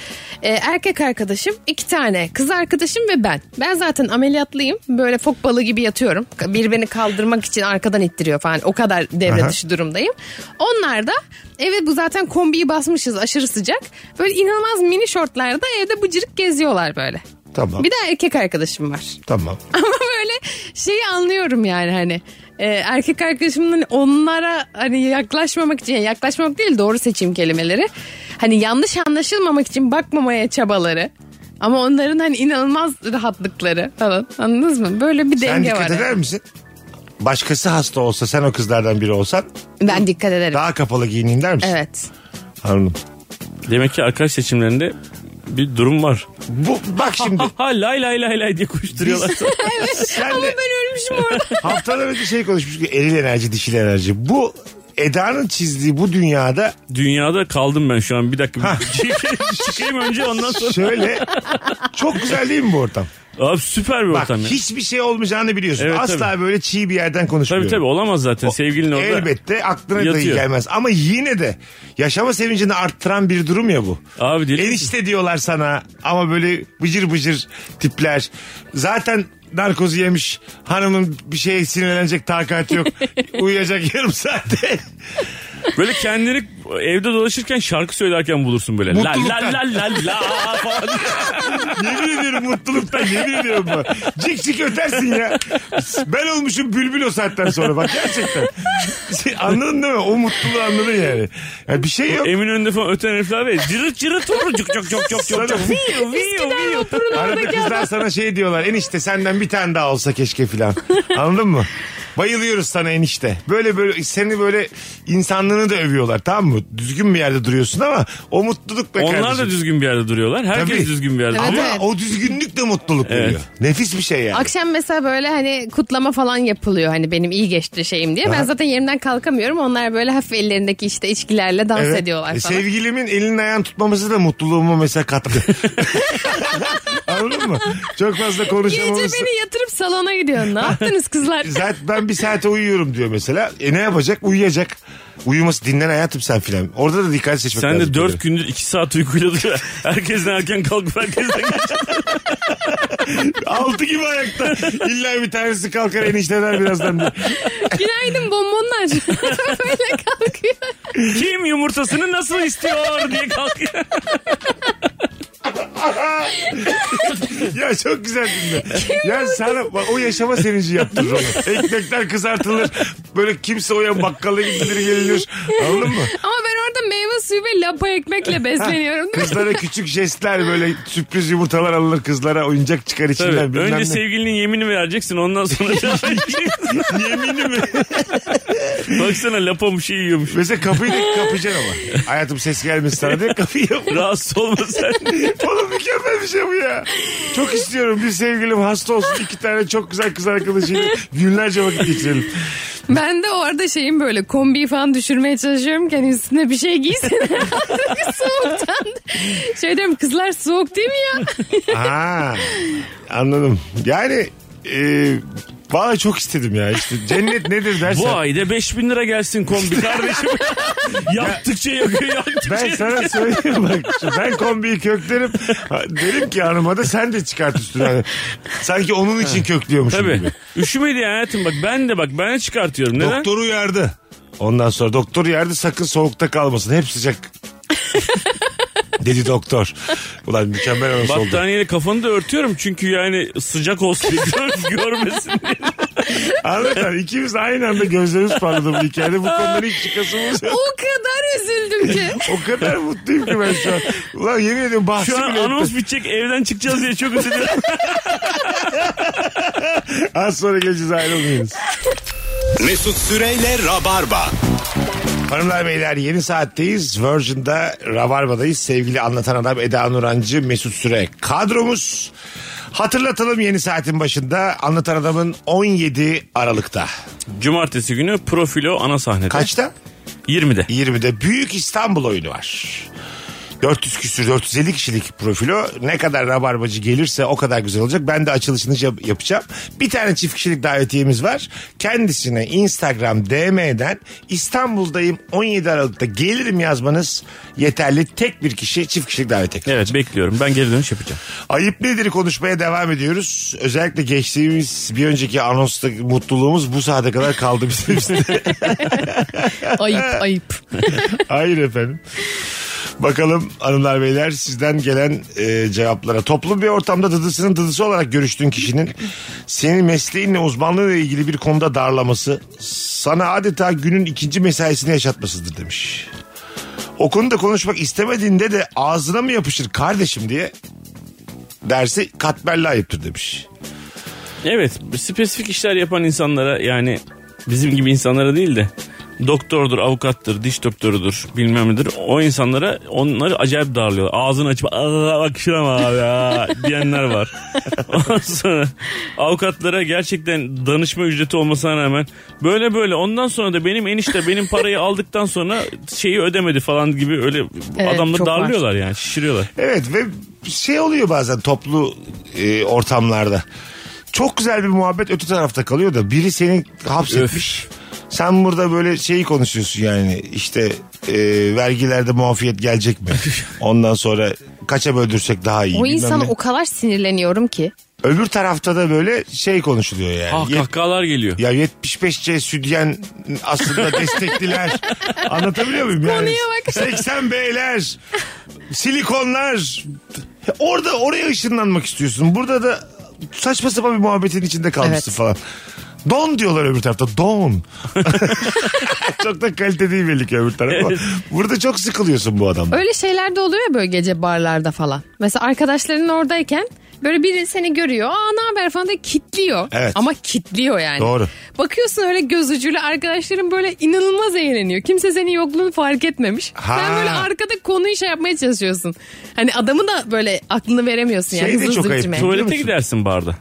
[SPEAKER 3] E, erkek arkadaşım iki tane kız arkadaşım ve ben. Ben zaten ameliyatlıyım böyle fok balı gibi yatıyorum. Bir beni kaldırmak için arkadan ittiriyor falan o kadar devre
[SPEAKER 2] Aha.
[SPEAKER 3] dışı durumdayım. Onlar da eve bu zaten kombiyi basmışız aşırı sıcak. Böyle inanılmaz mini şortlarda evde bıcırık geziyorlar böyle.
[SPEAKER 2] Tamam.
[SPEAKER 3] Bir de erkek arkadaşım var.
[SPEAKER 2] Tamam.
[SPEAKER 3] Ama böyle şeyi anlıyorum yani hani. Ee, erkek arkadaşımın onlara hani yaklaşmamak için yani yaklaşmamak değil doğru seçim kelimeleri. Hani yanlış anlaşılmamak için bakmamaya çabaları. Ama onların hani inanılmaz rahatlıkları falan. Anladınız mı? Böyle bir
[SPEAKER 2] Sen
[SPEAKER 3] denge var.
[SPEAKER 2] dikkat
[SPEAKER 3] yani.
[SPEAKER 2] eder misin? Başkası hasta olsa sen o kızlardan biri olsan
[SPEAKER 3] Ben dikkat ederim.
[SPEAKER 2] daha kapalı giyineyim der misin?
[SPEAKER 3] Evet.
[SPEAKER 2] Anladım.
[SPEAKER 4] Demek ki arkadaş seçimlerinde bir durum var.
[SPEAKER 2] Bu, bak şimdi
[SPEAKER 4] Ha lay lay lay lay diye koşturuyorlar.
[SPEAKER 2] senle
[SPEAKER 3] Ama ben ölmüşüm orada.
[SPEAKER 2] haftalar önce şey konuşmuştuk. Eril enerji, dişil enerji. Bu Eda'nın çizdiği bu dünyada
[SPEAKER 4] Dünyada kaldım ben şu an bir dakika. Çıkayım önce ondan sonra.
[SPEAKER 2] şöyle çok güzel değil mi bu ortam?
[SPEAKER 4] Abi süper bir
[SPEAKER 2] Bak
[SPEAKER 4] ortam ya.
[SPEAKER 2] hiçbir şey olmayacağını biliyorsun.
[SPEAKER 4] Evet,
[SPEAKER 2] Asla
[SPEAKER 4] tabii.
[SPEAKER 2] böyle çiğ bir yerden konuşmuyor.
[SPEAKER 4] Tabii tabii olamaz zaten sevgilin orada.
[SPEAKER 2] Elbette aklına da iyi
[SPEAKER 4] yatıyor.
[SPEAKER 2] gelmez. Ama yine de yaşama sevincini arttıran bir durum ya bu.
[SPEAKER 4] Abi deli misin?
[SPEAKER 2] Enişte diyorlar sana ama böyle bıcır bıcır tipler. Zaten narkozu yemiş hanımın bir şeye sinirlenecek takati yok. Uyuyacak yarım saatte.
[SPEAKER 4] Böyle kendini evde dolaşırken şarkı söylerken bulursun böyle. La la
[SPEAKER 2] Mutluluktan.
[SPEAKER 4] la la la falan.
[SPEAKER 2] yemin ediyorum mutluluktan yemin ediyorum bu. Cik cik ötersin ya. Ben olmuşum bülbül o saatten sonra bak gerçekten. anladın değil mi? O mutluluğu anladın yani. Ya bir şey yok.
[SPEAKER 4] Emin önünde falan öten herifler ve cırıt cırıt vurur cuk cuk cuk cuk cuk.
[SPEAKER 2] Sana-
[SPEAKER 4] cuk. Viyo viyo viyo.
[SPEAKER 2] Arada kızlar sana şey diyorlar enişte senden bir tane daha olsa keşke filan. Anladın mı? Bayılıyoruz sana enişte. Böyle böyle seni böyle insanlığını da övüyorlar tamam mı? Düzgün bir yerde duruyorsun ama o mutluluk be
[SPEAKER 4] Onlar
[SPEAKER 2] kardeşim.
[SPEAKER 4] da düzgün bir yerde duruyorlar. Herkes
[SPEAKER 2] Tabii.
[SPEAKER 4] düzgün bir yerde
[SPEAKER 3] Evet,
[SPEAKER 4] duruyor.
[SPEAKER 2] Ama o düzgünlük de mutluluk
[SPEAKER 4] Evet.
[SPEAKER 2] veriyor. Nefis bir şey yani.
[SPEAKER 3] Akşam mesela böyle hani kutlama falan yapılıyor hani benim iyi geçti şeyim diye. Ben zaten yerimden kalkamıyorum. Onlar böyle hafif ellerindeki işte içkilerle dans
[SPEAKER 2] Evet.
[SPEAKER 3] ediyorlar
[SPEAKER 2] E,
[SPEAKER 3] falan.
[SPEAKER 2] Sevgilimin elini ayağını tutmaması da mutluluğuma mesela kattı. Anladın mı? Çok fazla
[SPEAKER 3] Gece
[SPEAKER 2] konuşamaması.
[SPEAKER 3] beni yatırıp salona gidiyorsun. Ne yaptınız kızlar?
[SPEAKER 2] Zaten ben bir saate uyuyorum diyor mesela. E ne yapacak? Uyuyacak. Uyuması dinlen hayatım sen filan. Orada da dikkat seçmek
[SPEAKER 4] Sen
[SPEAKER 2] lazım.
[SPEAKER 4] de 4 gündür 2 saat uykuyla duruyor. Herkesten erken kalkıp herkesten geç.
[SPEAKER 2] Altı gibi ayakta. İlla bir tanesi kalkar enişteler birazdan. diye.
[SPEAKER 3] Günaydın bonbonlar. Böyle kalkıyor.
[SPEAKER 4] Kim yumurtasını nasıl istiyor diye kalkıyor.
[SPEAKER 2] Ya çok güzel dinle. ya sana bak, o yaşama sevinci yaptırır onu. Ekmekler kızartılır. Böyle kimse oya bakkala gidilir gelinir. Anladın mı?
[SPEAKER 3] Ama ben orada meyve suyu ve lapa ekmekle besleniyorum.
[SPEAKER 2] Kızlara küçük jestler böyle sürpriz yumurtalar alınır kızlara oyuncak çıkar içinden.
[SPEAKER 4] Tabii.
[SPEAKER 2] bilmem
[SPEAKER 4] Önce
[SPEAKER 2] ne.
[SPEAKER 4] sevgilinin yemini vereceksin ondan sonra.
[SPEAKER 2] Yemini mi?
[SPEAKER 4] Baksana lapa bir şey yiyormuş.
[SPEAKER 2] Mesela kapıyı da kapayacaksın ama. Hayatım ses gelmesin sana diye kapıyı yap.
[SPEAKER 4] Rahatsız olma sen.
[SPEAKER 2] Oğlum mükemmel bir şey bu ya. Çok istiyorum bir sevgilim hasta olsun. iki tane çok güzel kız arkadaşıyla günlerce vakit geçirelim.
[SPEAKER 3] Ben de orada şeyim böyle kombiyi falan düşürmeye çalışıyorum. ki hani üstüne bir şey giysene. Soğuktan. Şey diyorum kızlar soğuk değil mi ya?
[SPEAKER 2] Ha, anladım. Yani e, valla çok istedim ya. İşte cennet nedir dersen.
[SPEAKER 4] Bu ayda 5000 lira gelsin kombi kardeşim. Yaptıkça yakıyor yaptıkça
[SPEAKER 2] Ben sana söyleyeyim bak. şu- Ben kombiyi köklerim. Ha, Derim ki hanıma da sen de çıkart üstüne. Hani Sanki onun için köklüyormuşum
[SPEAKER 4] Tabii.
[SPEAKER 2] gibi.
[SPEAKER 4] Üşümedi ya hayatım bak ben de bak ben de çıkartıyorum. Neden?
[SPEAKER 2] Doktor uyardı. Ondan sonra doktor uyardı sakın soğukta kalmasın. Hep sıcak. Dedi doktor. Ulan mükemmel anons oldu.
[SPEAKER 4] Battaniyeyle kafanı da örtüyorum çünkü yani sıcak olsun diye gör- görmesin diye.
[SPEAKER 2] Anlatan ikimiz aynı anda gözlerimiz parladı bu hikayede. Bu konudan ilk çıkasımız yok.
[SPEAKER 3] O kadar üzüldüm ki.
[SPEAKER 2] O kadar mutluyum ki ben şu an. Ulan yemin ediyorum bahsi
[SPEAKER 4] Şu an
[SPEAKER 2] bile
[SPEAKER 4] anons bitecek evden çıkacağız diye çok üzülüyorum.
[SPEAKER 2] Az sonra geleceğiz ayrılmayınız.
[SPEAKER 1] Mesut Süreyle Rabarba.
[SPEAKER 2] Hanımlar beyler yeni saatteyiz. Virgin'da Rabarba'dayız. Sevgili anlatan adam Eda Nurancı Mesut Süre. Kadromuz hatırlatalım yeni saatin başında. Anlatan adamın 17 Aralık'ta.
[SPEAKER 4] Cumartesi günü Profilo ana sahnede.
[SPEAKER 2] Kaçta?
[SPEAKER 4] 20'de.
[SPEAKER 2] 20'de Büyük İstanbul oyunu var. 400 küsür 450 kişilik profilo ne kadar rabarbacı gelirse o kadar güzel olacak. Ben de açılışını yap- yapacağım. Bir tane çift kişilik davetiyemiz var. Kendisine Instagram DM'den İstanbul'dayım 17 Aralık'ta gelirim yazmanız yeterli. Tek bir kişi çift kişilik davetiye.
[SPEAKER 4] Evet bekliyorum. Ben geri dönüş yapacağım.
[SPEAKER 2] Ayıp nedir konuşmaya devam ediyoruz. Özellikle geçtiğimiz bir önceki anonsta mutluluğumuz bu saate kadar kaldı bizim üstümüzde.
[SPEAKER 3] Ayıp ayıp.
[SPEAKER 2] Hayır efendim. Bakalım hanımlar beyler sizden gelen e, cevaplara. Toplu bir ortamda dıdısının dıdısı olarak görüştüğün kişinin senin mesleğinle uzmanlığıyla ilgili bir konuda darlaması sana adeta günün ikinci mesaisini yaşatmasıdır demiş. O konuda konuşmak istemediğinde de ağzına mı yapışır kardeşim diye derse katmerli ayıptır demiş.
[SPEAKER 4] Evet spesifik işler yapan insanlara yani bizim gibi insanlara değil de doktordur, avukattır, diş doktorudur bilmem nedir. O insanlara onları acayip darlıyor. Ağzını açıp "Aa, bak şuna bak ya" diyenler var. Ondan sonra avukatlara gerçekten danışma ücreti olmasına rağmen böyle böyle ondan sonra da benim enişte benim parayı aldıktan sonra şeyi ödemedi falan gibi öyle
[SPEAKER 3] Evet,
[SPEAKER 4] adamları
[SPEAKER 3] çok var.
[SPEAKER 4] darlıyorlar yani şişiriyorlar.
[SPEAKER 2] Evet ve şey oluyor bazen toplu e, ortamlarda. Çok güzel bir muhabbet öte tarafta kalıyor da biri seni hapsetmiş. Sen burada böyle şeyi konuşuyorsun yani işte e, vergilerde muafiyet gelecek mi? Ondan sonra kaça böldürsek daha iyi.
[SPEAKER 3] O
[SPEAKER 2] bilmem
[SPEAKER 3] insana
[SPEAKER 2] ne.
[SPEAKER 3] o kadar sinirleniyorum ki.
[SPEAKER 2] Öbür tarafta da böyle şey konuşuluyor yani.
[SPEAKER 4] Ah
[SPEAKER 2] Yet-
[SPEAKER 4] kahkahalar geliyor.
[SPEAKER 2] ya 75C Südyen aslında destekliler. Anlatabiliyor muyum? Yani
[SPEAKER 3] Konuya bak.
[SPEAKER 2] 80 B'ler, silikonlar. Orada oraya ışınlanmak istiyorsun. Burada da saçma sapan bir muhabbetin içinde kalmışsın
[SPEAKER 3] Evet.
[SPEAKER 2] falan. Don diyorlar öbür tarafta. Don. çok da kalite değil belli ki öbür tarafa.
[SPEAKER 4] Evet.
[SPEAKER 2] Burada çok sıkılıyorsun bu adamdan.
[SPEAKER 3] Öyle şeyler de oluyor ya böyle gece barlarda falan. Mesela arkadaşların oradayken böyle biri seni görüyor. Aa ne haber falan da kitliyor.
[SPEAKER 2] Evet.
[SPEAKER 3] Ama kitliyor yani.
[SPEAKER 2] Doğru.
[SPEAKER 3] Bakıyorsun öyle göz ucuyla arkadaşların böyle inanılmaz eğleniyor. Kimse senin yokluğunu fark etmemiş.
[SPEAKER 2] Ha.
[SPEAKER 3] Sen böyle arkada konuyu şey yapmaya çalışıyorsun. Hani adamı da böyle aklını veremiyorsun yani.
[SPEAKER 2] Şey de
[SPEAKER 3] hızlı
[SPEAKER 2] çok
[SPEAKER 3] hızlı
[SPEAKER 2] ayıp.
[SPEAKER 3] içmeye.
[SPEAKER 2] Biliyor
[SPEAKER 4] Tuvalete
[SPEAKER 2] musun?
[SPEAKER 4] gidersin barda.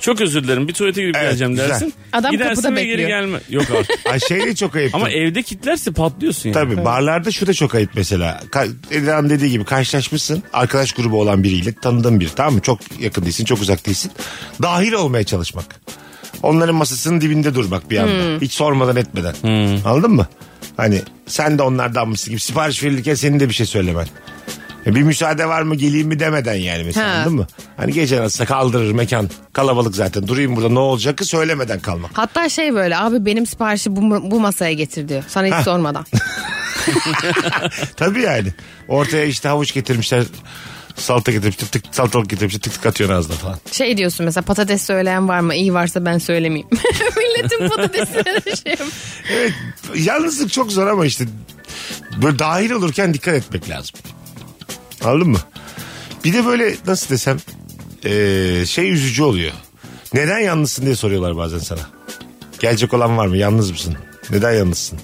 [SPEAKER 4] Çok özür dilerim bir tuvalete girip
[SPEAKER 2] Evet,
[SPEAKER 4] geleceğim
[SPEAKER 2] güzel.
[SPEAKER 4] dersin.
[SPEAKER 3] Adam
[SPEAKER 4] gidersin
[SPEAKER 3] kapıda
[SPEAKER 4] ve geri
[SPEAKER 3] bekliyor.
[SPEAKER 4] gelme. Yok artık.
[SPEAKER 2] Ay şey de çok ayıp.
[SPEAKER 4] Ama evde kilitlerse patlıyorsun yani.
[SPEAKER 2] Tabii barlarda şu da çok ayıp mesela. Ka- Eda'nın dediği gibi karşılaşmışsın arkadaş grubu olan biriyle tanıdığın biri tamam mı? Çok yakın değilsin çok uzak değilsin. Dahil olmaya çalışmak. Onların masasının dibinde durmak bir anda. Hiç sormadan etmeden. Anladın mı? Hani sen de onlardan mısın gibi sipariş verilirken senin de bir şey söylemen. E, Bir müsaade var mı geleyim mi demeden yani mesela
[SPEAKER 3] Ha.
[SPEAKER 2] anladın mı? Hani gece arasında kaldırır mekan kalabalık zaten durayım burada ne olacakı söylemeden kalmak.
[SPEAKER 3] Hatta şey böyle abi benim siparişi bu, bu masaya getir diyor. Sana hiç sormadan.
[SPEAKER 2] Tabii yani. Ortaya işte havuç getirmişler. Salata getirmişler. Tık tık salatalık getirmişler. Tık tık atıyorsun ağzına falan.
[SPEAKER 3] Şey diyorsun mesela patates söyleyen var mı? İyi varsa ben söylemeyeyim. Milletin patatesine de şey yap-
[SPEAKER 2] Evet. Yalnızlık çok zor ama işte böyle dahil olurken dikkat etmek lazım. Anladın mı? Bir de böyle nasıl desem eee, şey üzücü oluyor. Neden yalnızsın diye soruyorlar bazen sana. Gelecek olan var mı? Yalnız mısın? Neden yalnızsın?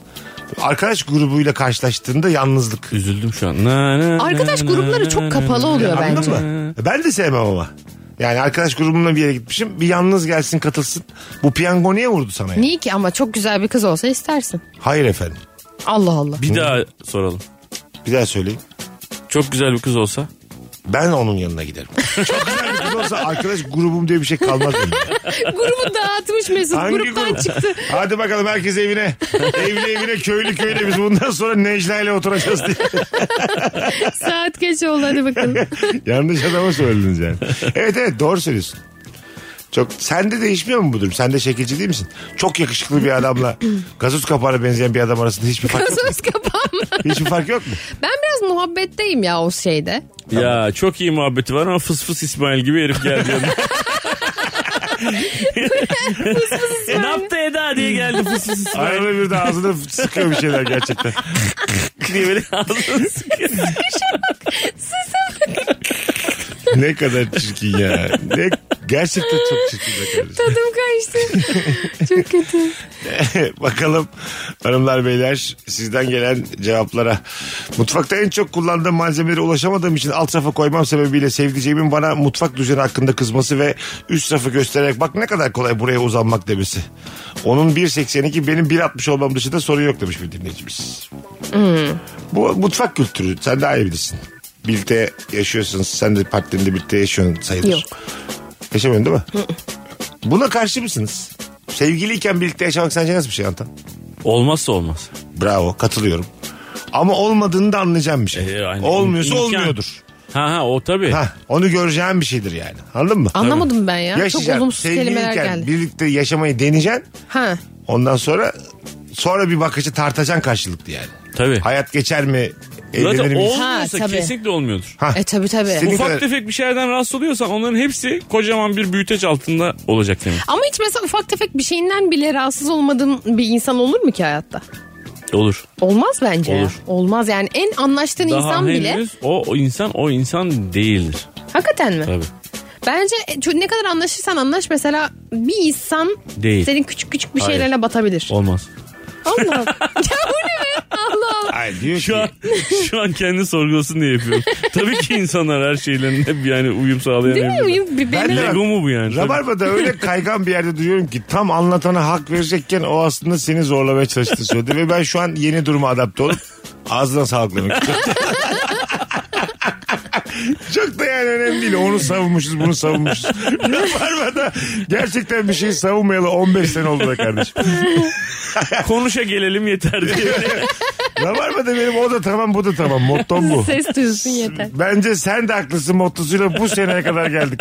[SPEAKER 2] Arkadaş grubuyla karşılaştığında yalnızlık.
[SPEAKER 4] Üzüldüm şu an. Na, na, na,
[SPEAKER 3] Arkadaş
[SPEAKER 4] na,
[SPEAKER 3] grupları
[SPEAKER 4] na, na,
[SPEAKER 3] çok
[SPEAKER 4] na.
[SPEAKER 3] kapalı oluyor
[SPEAKER 2] Anladın
[SPEAKER 3] bence.
[SPEAKER 2] mı? E, Ben de sevmem ama. Yani arkadaş grubumla bir yere gitmişim. Bir yalnız gelsin katılsın. Bu piyango niye vurdu sana ya?
[SPEAKER 3] Niye ki ama çok güzel bir kız olsa istersin.
[SPEAKER 2] Hayır efendim.
[SPEAKER 3] Allah Allah.
[SPEAKER 4] Bir daha soralım.
[SPEAKER 2] Bir daha söyleyeyim.
[SPEAKER 4] Çok güzel bir kız olsa.
[SPEAKER 2] Ben onun yanına giderim. Çok güzel bir kız olsa arkadaş grubum diye bir şey kalmaz benim.
[SPEAKER 3] Grubu dağıtmış Mesut.
[SPEAKER 2] Hangi
[SPEAKER 3] Gruptan
[SPEAKER 2] grup?
[SPEAKER 3] çıktı.
[SPEAKER 2] Hadi bakalım herkes evine. Evli evine köylü köyüne biz bundan sonra Necla ile oturacağız diye.
[SPEAKER 3] Saat geç oldu hadi bakalım.
[SPEAKER 2] Yanlış adama söylediniz yani. Evet evet doğru söylüyorsun. Çok, sende değişmiyor mu bu durum? Sen de şekilci değil misin? Çok yakışıklı bir adamla gazoz kapağına benzeyen bir adam arasında hiçbir fark yok mu?
[SPEAKER 3] Söz kapanma.
[SPEAKER 2] Hiçbir fark yok mu?
[SPEAKER 3] Ben biraz muhabbetteyim ya o şeyde.
[SPEAKER 4] Ya çok iyi muhabbeti var ama fıs fıs İsmail gibi herif geldi. e, ne yaptı Eda diye geldi fıs fıs İsmail
[SPEAKER 2] Arada bir de ağzını sıkıyor bir şeyler gerçekten.
[SPEAKER 4] diye böyle ağzını sıkıyor.
[SPEAKER 2] ne kadar çirkin ya. Ne, gerçekten çok çirkin be kardeşim.
[SPEAKER 3] Tadım kaçtı. çok kötü.
[SPEAKER 2] Bakalım hanımlar beyler sizden gelen cevaplara. Mutfakta en çok kullandığım malzemelere ulaşamadığım için alt rafa koymam sebebiyle sevdiceğimin bana mutfak düzeni hakkında kızması ve üst rafı göstererek bak ne kadar kolay buraya uzanmak demesi. Onun 1.82 benim 1.60 olmam dışında sorun yok demiş bir dinleyicimiz. Bu mutfak kültürü sen daha iyi bilirsin. birlikte yaşıyorsunuz. Sen de partnerinde birlikte yaşıyorsun sayılır.
[SPEAKER 3] Yok.
[SPEAKER 2] Yaşamıyorsun değil mi? Buna karşı mısınız? Sevgiliyken birlikte yaşamak sence nasıl bir şey Antan?
[SPEAKER 4] Olmazsa olmaz.
[SPEAKER 2] Bravo katılıyorum. Ama olmadığını da anlayacağım bir şey.
[SPEAKER 4] E, aynen.
[SPEAKER 2] Olmuyorsa
[SPEAKER 4] İmkan.
[SPEAKER 2] olmuyordur.
[SPEAKER 4] Ha ha o tabii.
[SPEAKER 2] Hah, onu göreceğim bir şeydir yani. Anladın mı?
[SPEAKER 3] Anlamadım ben ya. Çok
[SPEAKER 2] Yaşayacaksın.
[SPEAKER 3] olumsuz kelimeler
[SPEAKER 2] Sevgiliyken
[SPEAKER 3] geldi.
[SPEAKER 2] birlikte yaşamayı deneyeceksin.
[SPEAKER 3] Ha.
[SPEAKER 2] Ondan sonra sonra bir bakışı tartacaksın karşılıklı yani.
[SPEAKER 4] Tabii.
[SPEAKER 2] Hayat geçer mi? Evlenir
[SPEAKER 4] Zaten
[SPEAKER 2] miyiz?
[SPEAKER 4] olmuyorsa
[SPEAKER 3] Ha, tabii.
[SPEAKER 4] kesinlikle olmuyordur.
[SPEAKER 2] Hah.
[SPEAKER 3] E tabii tabii.
[SPEAKER 2] Senin-
[SPEAKER 4] Ufak
[SPEAKER 2] kadar-
[SPEAKER 4] tefek bir şeyden rahatsız oluyorsan onların hepsi kocaman bir büyüteç altında olacak demek.
[SPEAKER 3] Ama hiç mesela ufak tefek bir şeyinden bile rahatsız olmadığın bir insan olur mu ki hayatta?
[SPEAKER 4] Olur.
[SPEAKER 3] Olmaz bence. ya.
[SPEAKER 4] Olur.
[SPEAKER 3] Olmaz yani en anlaştığın
[SPEAKER 4] Daha
[SPEAKER 3] insan
[SPEAKER 4] henüz
[SPEAKER 3] bile.
[SPEAKER 4] O, o insan o insan değildir.
[SPEAKER 3] Hakikaten mi?
[SPEAKER 4] Tabii.
[SPEAKER 3] Bence e, ço- ne kadar anlaşırsan anlaş mesela bir insan
[SPEAKER 4] Değil.
[SPEAKER 3] senin küçük küçük bir
[SPEAKER 4] Hayır.
[SPEAKER 3] şeylerine batabilir.
[SPEAKER 4] Olmaz.
[SPEAKER 3] Allah Allah. ya bu ne be? Allah Allah.
[SPEAKER 2] Hayır diyor
[SPEAKER 4] Şu
[SPEAKER 2] ki-
[SPEAKER 4] an, şu an kendi sorgulasın diye yapıyorum. Tabii ki insanlar her şeylerine bir yani uyum sağlayan
[SPEAKER 3] Değil mi?
[SPEAKER 4] evlidir.
[SPEAKER 3] Uyum- bir-
[SPEAKER 2] Ben
[SPEAKER 3] benim-
[SPEAKER 2] de-
[SPEAKER 4] Lego mu bu yani?
[SPEAKER 2] Rabarba'da öyle kaygan bir yerde duyuyorum ki tam anlatana hak verecekken o aslında seni zorlamaya çalıştı söyledi ve ben şu an yeni duruma adapte olup ağzına sağlık demek istiyorum. Çok da yani önemli değil. Onu savunmuşuz, bunu savunmuşuz. Rabarba'da gerçekten bir şey savunmayalı 15 sene oldu da kardeşim.
[SPEAKER 4] Tabii. Konuşa gelelim yeter diye.
[SPEAKER 2] Rabarba'da benim o da tamam, bu da tamam. Mottom bu.
[SPEAKER 3] Ses duyulsun yeter.
[SPEAKER 2] Bence sen de haklısın mottosuyla bu seneye kadar geldik.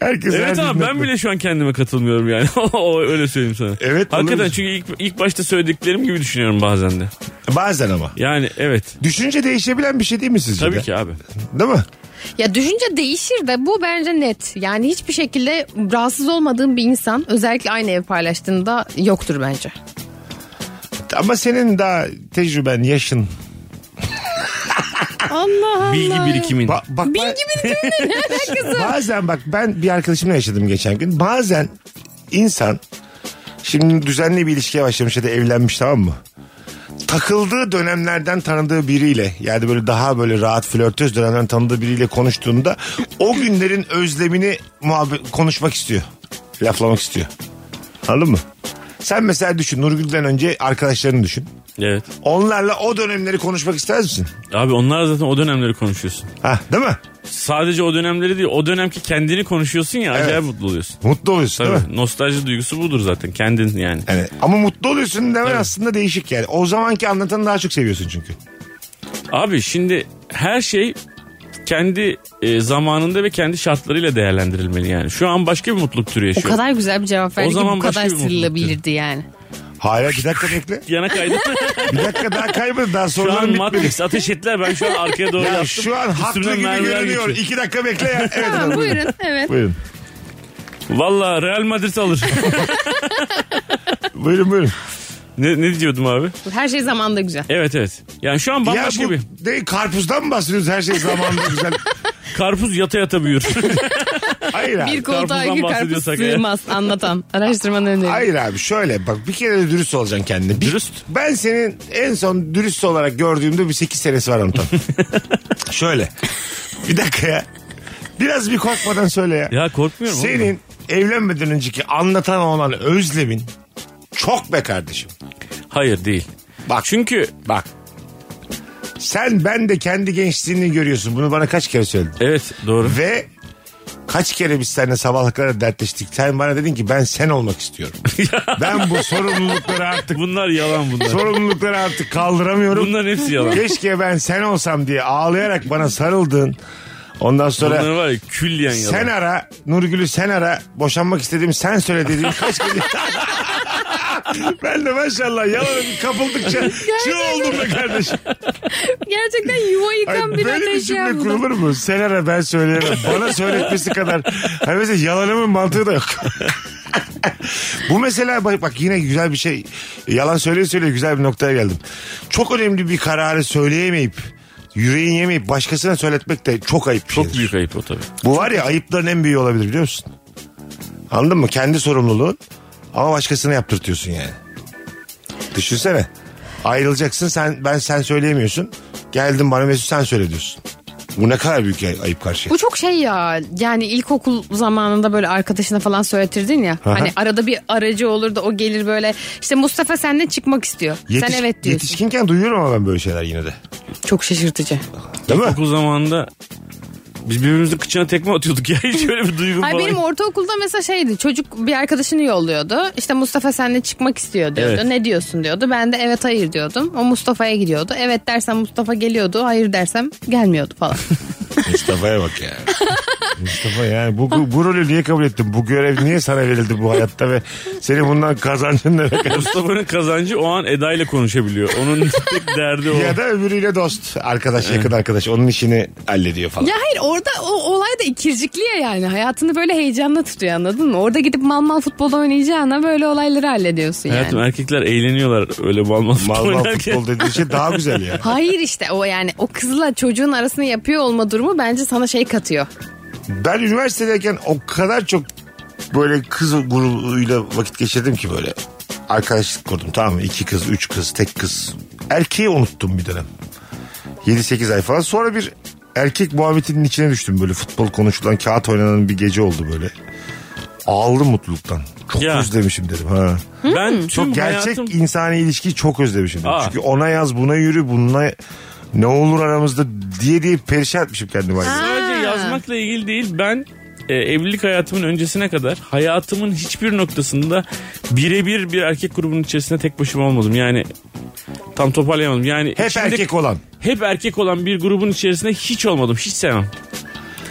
[SPEAKER 2] Herkes her
[SPEAKER 4] evet ama
[SPEAKER 2] cümle-
[SPEAKER 4] ben bile şu an kendime katılmıyorum yani. o öyle söyleyeyim sana.
[SPEAKER 2] Evet,
[SPEAKER 4] Hakikaten
[SPEAKER 2] olabilir.
[SPEAKER 4] çünkü ilk, ilk başta söylediklerim gibi düşünüyorum bazen de.
[SPEAKER 2] Bazen ama.
[SPEAKER 4] Yani evet.
[SPEAKER 2] Düşünce değişebilen bir şey değil mi sizce?
[SPEAKER 4] Tabii
[SPEAKER 2] de?
[SPEAKER 4] ki abi.
[SPEAKER 2] Değil mi?
[SPEAKER 3] Ya düşünce değişir de bu bence net. Yani hiçbir şekilde rahatsız olmadığın bir insan özellikle aynı ev paylaştığında yoktur bence.
[SPEAKER 2] Ama senin daha tecrüben, yaşın.
[SPEAKER 3] Allah Allah.
[SPEAKER 4] Bilgi birikimin.
[SPEAKER 2] Ba- bak, Bilgi Bazen bak ben bir arkadaşımla yaşadım geçen gün. Bazen insan şimdi düzenli bir ilişkiye başlamış ya da evlenmiş tamam mı? Takıldığı dönemlerden tanıdığı biriyle yani böyle daha böyle rahat flörtöz dönemlerden tanıdığı biriyle konuştuğunda o günlerin özlemini muhabbet, konuşmak istiyor. Laflamak istiyor. Anladın mı? Sen mesela düşün Nurgül'den önce arkadaşlarını düşün.
[SPEAKER 4] Evet.
[SPEAKER 2] Onlarla o dönemleri konuşmak ister misin?
[SPEAKER 4] Abi onlar zaten o dönemleri konuşuyorsun.
[SPEAKER 2] Ha, değil mi?
[SPEAKER 4] Sadece o dönemleri değil o dönemki kendini konuşuyorsun ya acayip mutlu oluyorsun.
[SPEAKER 2] Mutlu oluyorsun değil mi?
[SPEAKER 4] Tabii nostalji duygusu budur zaten kendin yani.
[SPEAKER 2] Yani, ama mutlu oluyorsun demen aslında değişik yani. O zamanki anlatanı daha çok seviyorsun çünkü.
[SPEAKER 4] Abi şimdi her şey kendi e, zamanında ve kendi şartlarıyla değerlendirilmeli yani. Şu an başka bir mutluluk türü
[SPEAKER 3] O
[SPEAKER 4] yaşıyor.
[SPEAKER 3] kadar güzel bir cevap verdi
[SPEAKER 4] O
[SPEAKER 3] ki
[SPEAKER 4] zaman
[SPEAKER 3] bu
[SPEAKER 4] başka
[SPEAKER 3] kadar
[SPEAKER 4] bir mutluluk
[SPEAKER 3] sırılabilirdi yani.
[SPEAKER 2] Hala bir dakika bekle.
[SPEAKER 4] Yana kaydı.
[SPEAKER 2] Bir dakika daha kaybı daha
[SPEAKER 4] şu
[SPEAKER 2] sorularım
[SPEAKER 4] an
[SPEAKER 2] bitmedi.
[SPEAKER 4] Matrix ateş ettiler. Ben şu an arkaya doğru
[SPEAKER 2] Ya
[SPEAKER 4] yaptım.
[SPEAKER 2] şu an haklı
[SPEAKER 4] Üstümden
[SPEAKER 2] gibi
[SPEAKER 4] mermiler
[SPEAKER 2] görünüyor.
[SPEAKER 4] geçiyor.
[SPEAKER 2] İki dakika bekle ya. Evet,
[SPEAKER 3] Ha,
[SPEAKER 2] hanım, buyurun.
[SPEAKER 3] buyurun evet.
[SPEAKER 2] Buyurun.
[SPEAKER 4] Valla Real Madrid alır.
[SPEAKER 2] Buyurun buyurun.
[SPEAKER 4] ne, ne diyordum abi?
[SPEAKER 3] Her şey zamanında güzel.
[SPEAKER 4] Evet evet. Yani şu an
[SPEAKER 2] ya
[SPEAKER 4] bambaşka
[SPEAKER 2] bu
[SPEAKER 4] bir.
[SPEAKER 2] ne, karpuzdan mı bahsediyorsunuz her şey zamanında güzel.
[SPEAKER 4] Karpuz yata yata büyür.
[SPEAKER 2] Hayır abi.
[SPEAKER 3] Bir koltuğa
[SPEAKER 4] Karpuzdan
[SPEAKER 3] iki karpuz
[SPEAKER 4] bahsediyorsak eğer.
[SPEAKER 3] sığmaz anlatan. Araştırmanın öneriyor.
[SPEAKER 2] Hayır abi şöyle bak bir kere de dürüst olacaksın kendine. Bir-
[SPEAKER 4] Dürüst.
[SPEAKER 2] Ben senin en son dürüst olarak gördüğümde bir 8 senesi var Anton. şöyle. Bir dakika ya. Biraz bir korkmadan söyle ya.
[SPEAKER 4] ya korkmuyorum. oğlum.
[SPEAKER 2] Senin evlenmeden önceki anlatan olan özlemin çok be kardeşim.
[SPEAKER 4] Hayır değil.
[SPEAKER 2] Bak.
[SPEAKER 4] Çünkü
[SPEAKER 2] Bak. Sen ben de kendi gençliğini görüyorsun. Bunu bana kaç kere söyledin.
[SPEAKER 4] evet doğru.
[SPEAKER 2] Ve kaç kere biz seninle sabahlara kadar dertleştik. Sen bana dedin ki ben sen olmak istiyorum. ben bu sorumlulukları artık
[SPEAKER 4] Bunlar yalan bunlar.
[SPEAKER 2] sorumlulukları artık kaldıramıyorum.
[SPEAKER 4] Bunların hepsi yalan.
[SPEAKER 2] Keşke ben sen olsam diye ağlayarak bana sarıldın. Ondan sonra
[SPEAKER 4] Bunlar var ya külliyen yalan.
[SPEAKER 2] sen ara Nurgül'ü sen ara boşanmak istediğim sen söyle dediğim kaç kere ben de maşallah yalan kapıldıkça çığ oldum be kardeşim.
[SPEAKER 3] Gerçekten yuva
[SPEAKER 2] Ay,
[SPEAKER 3] yıkan bir
[SPEAKER 2] böyle bir
[SPEAKER 3] ateş
[SPEAKER 2] cümle
[SPEAKER 3] yandı.
[SPEAKER 2] kurulur mu? Sen ara ben söyleyemem. Bana söyletmesi kadar. Hani mesela yalanımın mantığı da yok. Bu mesela bak, bak yine güzel bir şey. Yalan söyleye söyleye güzel bir noktaya geldim. Çok önemli bir kararı söyleyemeyip yüreğin yemeyip başkasına söyletmek de çok ayıp bir şey.
[SPEAKER 4] Çok
[SPEAKER 2] şeydir.
[SPEAKER 4] büyük ayıp o tabii.
[SPEAKER 2] Bu var ya ayıpların en büyüğü olabilir biliyor musun? Anladın mı? Kendi sorumluluğun ama başkasına yaptırtıyorsun yani. Düşünsene. Ayrılacaksın sen ben sen söyleyemiyorsun. Geldim bana Mesut sen söyle diyorsun. Bu ne kadar büyük ay- ayıp karşı.
[SPEAKER 3] Bu çok şey ya yani ilkokul zamanında böyle arkadaşına falan söyletirdin ya.
[SPEAKER 2] Aha.
[SPEAKER 3] Hani arada bir aracı olur da o gelir böyle işte Mustafa senden çıkmak istiyor.
[SPEAKER 2] Yetiş-
[SPEAKER 3] Sen evet diyorsun.
[SPEAKER 2] Yetişkinken duyuyorum ama ben böyle şeyler yine de.
[SPEAKER 3] Çok şaşırtıcı.
[SPEAKER 2] Değil mi?
[SPEAKER 4] Okul zamanında biz birbirimizin kıçına tekme atıyorduk ya. Hiç öyle bir duygu
[SPEAKER 3] Hayır
[SPEAKER 4] falan.
[SPEAKER 3] benim ortaokulda mesela şeydi çocuk bir arkadaşını yolluyordu. İşte Mustafa seninle çıkmak istiyor diyordu.
[SPEAKER 4] Evet.
[SPEAKER 3] Ne diyorsun diyordu. Ben de evet hayır diyordum. O Mustafa'ya gidiyordu. Evet dersem Mustafa geliyordu. Hayır dersem gelmiyordu falan.
[SPEAKER 2] Mustafa'ya bak ya. Mustafa yani bu, bu, bu rolü niye kabul ettin? Bu görev niye sana verildi bu hayatta ve senin bundan kazancın ne kadar?
[SPEAKER 4] Mustafa'nın kazancı o an Eda ile konuşabiliyor. Onun tek derdi o.
[SPEAKER 2] Ya da öbürüyle dost, arkadaş, yakın arkadaş onun işini hallediyor falan.
[SPEAKER 3] ya hayır orada o olay da ikircikli ya yani. Hayatını böyle heyecanla tutuyor anladın mı? Orada gidip mal mal futbol oynayacağına böyle olayları hallediyorsun yani.
[SPEAKER 4] Hayatım erkekler eğleniyorlar öyle mal mal futbol
[SPEAKER 2] Mal mal
[SPEAKER 4] oynarken.
[SPEAKER 2] futbol dediği şey daha güzel ya.
[SPEAKER 3] Hayır işte o yani o kızla çocuğun arasını yapıyor olma durumu bence sana şey katıyor.
[SPEAKER 2] Ben üniversitedeyken o kadar çok böyle kız grubuyla vakit geçirdim ki böyle. Arkadaşlık kurdum tamam mı? İki kız, üç kız, tek kız. Erkeği unuttum bir dönem. 7-8 ay falan. Sonra bir erkek muhabbetinin içine düştüm böyle. Futbol konuşulan, kağıt oynanan bir gece oldu böyle. Ağladım mutluluktan. Çok
[SPEAKER 4] Ya.
[SPEAKER 2] özlemişim dedim. Ha.
[SPEAKER 3] Hmm.
[SPEAKER 4] Ben tüm
[SPEAKER 2] Çok gerçek
[SPEAKER 4] hayatım...
[SPEAKER 2] insani ilişkiyi çok özlemişim. dedim.
[SPEAKER 4] Aa.
[SPEAKER 2] Çünkü ona yaz, buna yürü, bununla ne olur aramızda diye diye perişan etmişim kendimi.
[SPEAKER 4] Sadece yazmakla ilgili değil ben e, evlilik hayatımın öncesine kadar hayatımın hiçbir noktasında birebir bir erkek grubunun içerisinde tek başıma olmadım. Yani tam toparlayamadım. Yani
[SPEAKER 2] Hep
[SPEAKER 4] içinde-
[SPEAKER 2] erkek olan.
[SPEAKER 4] hep erkek olan bir grubun içerisinde hiç olmadım. Hiç sevmem.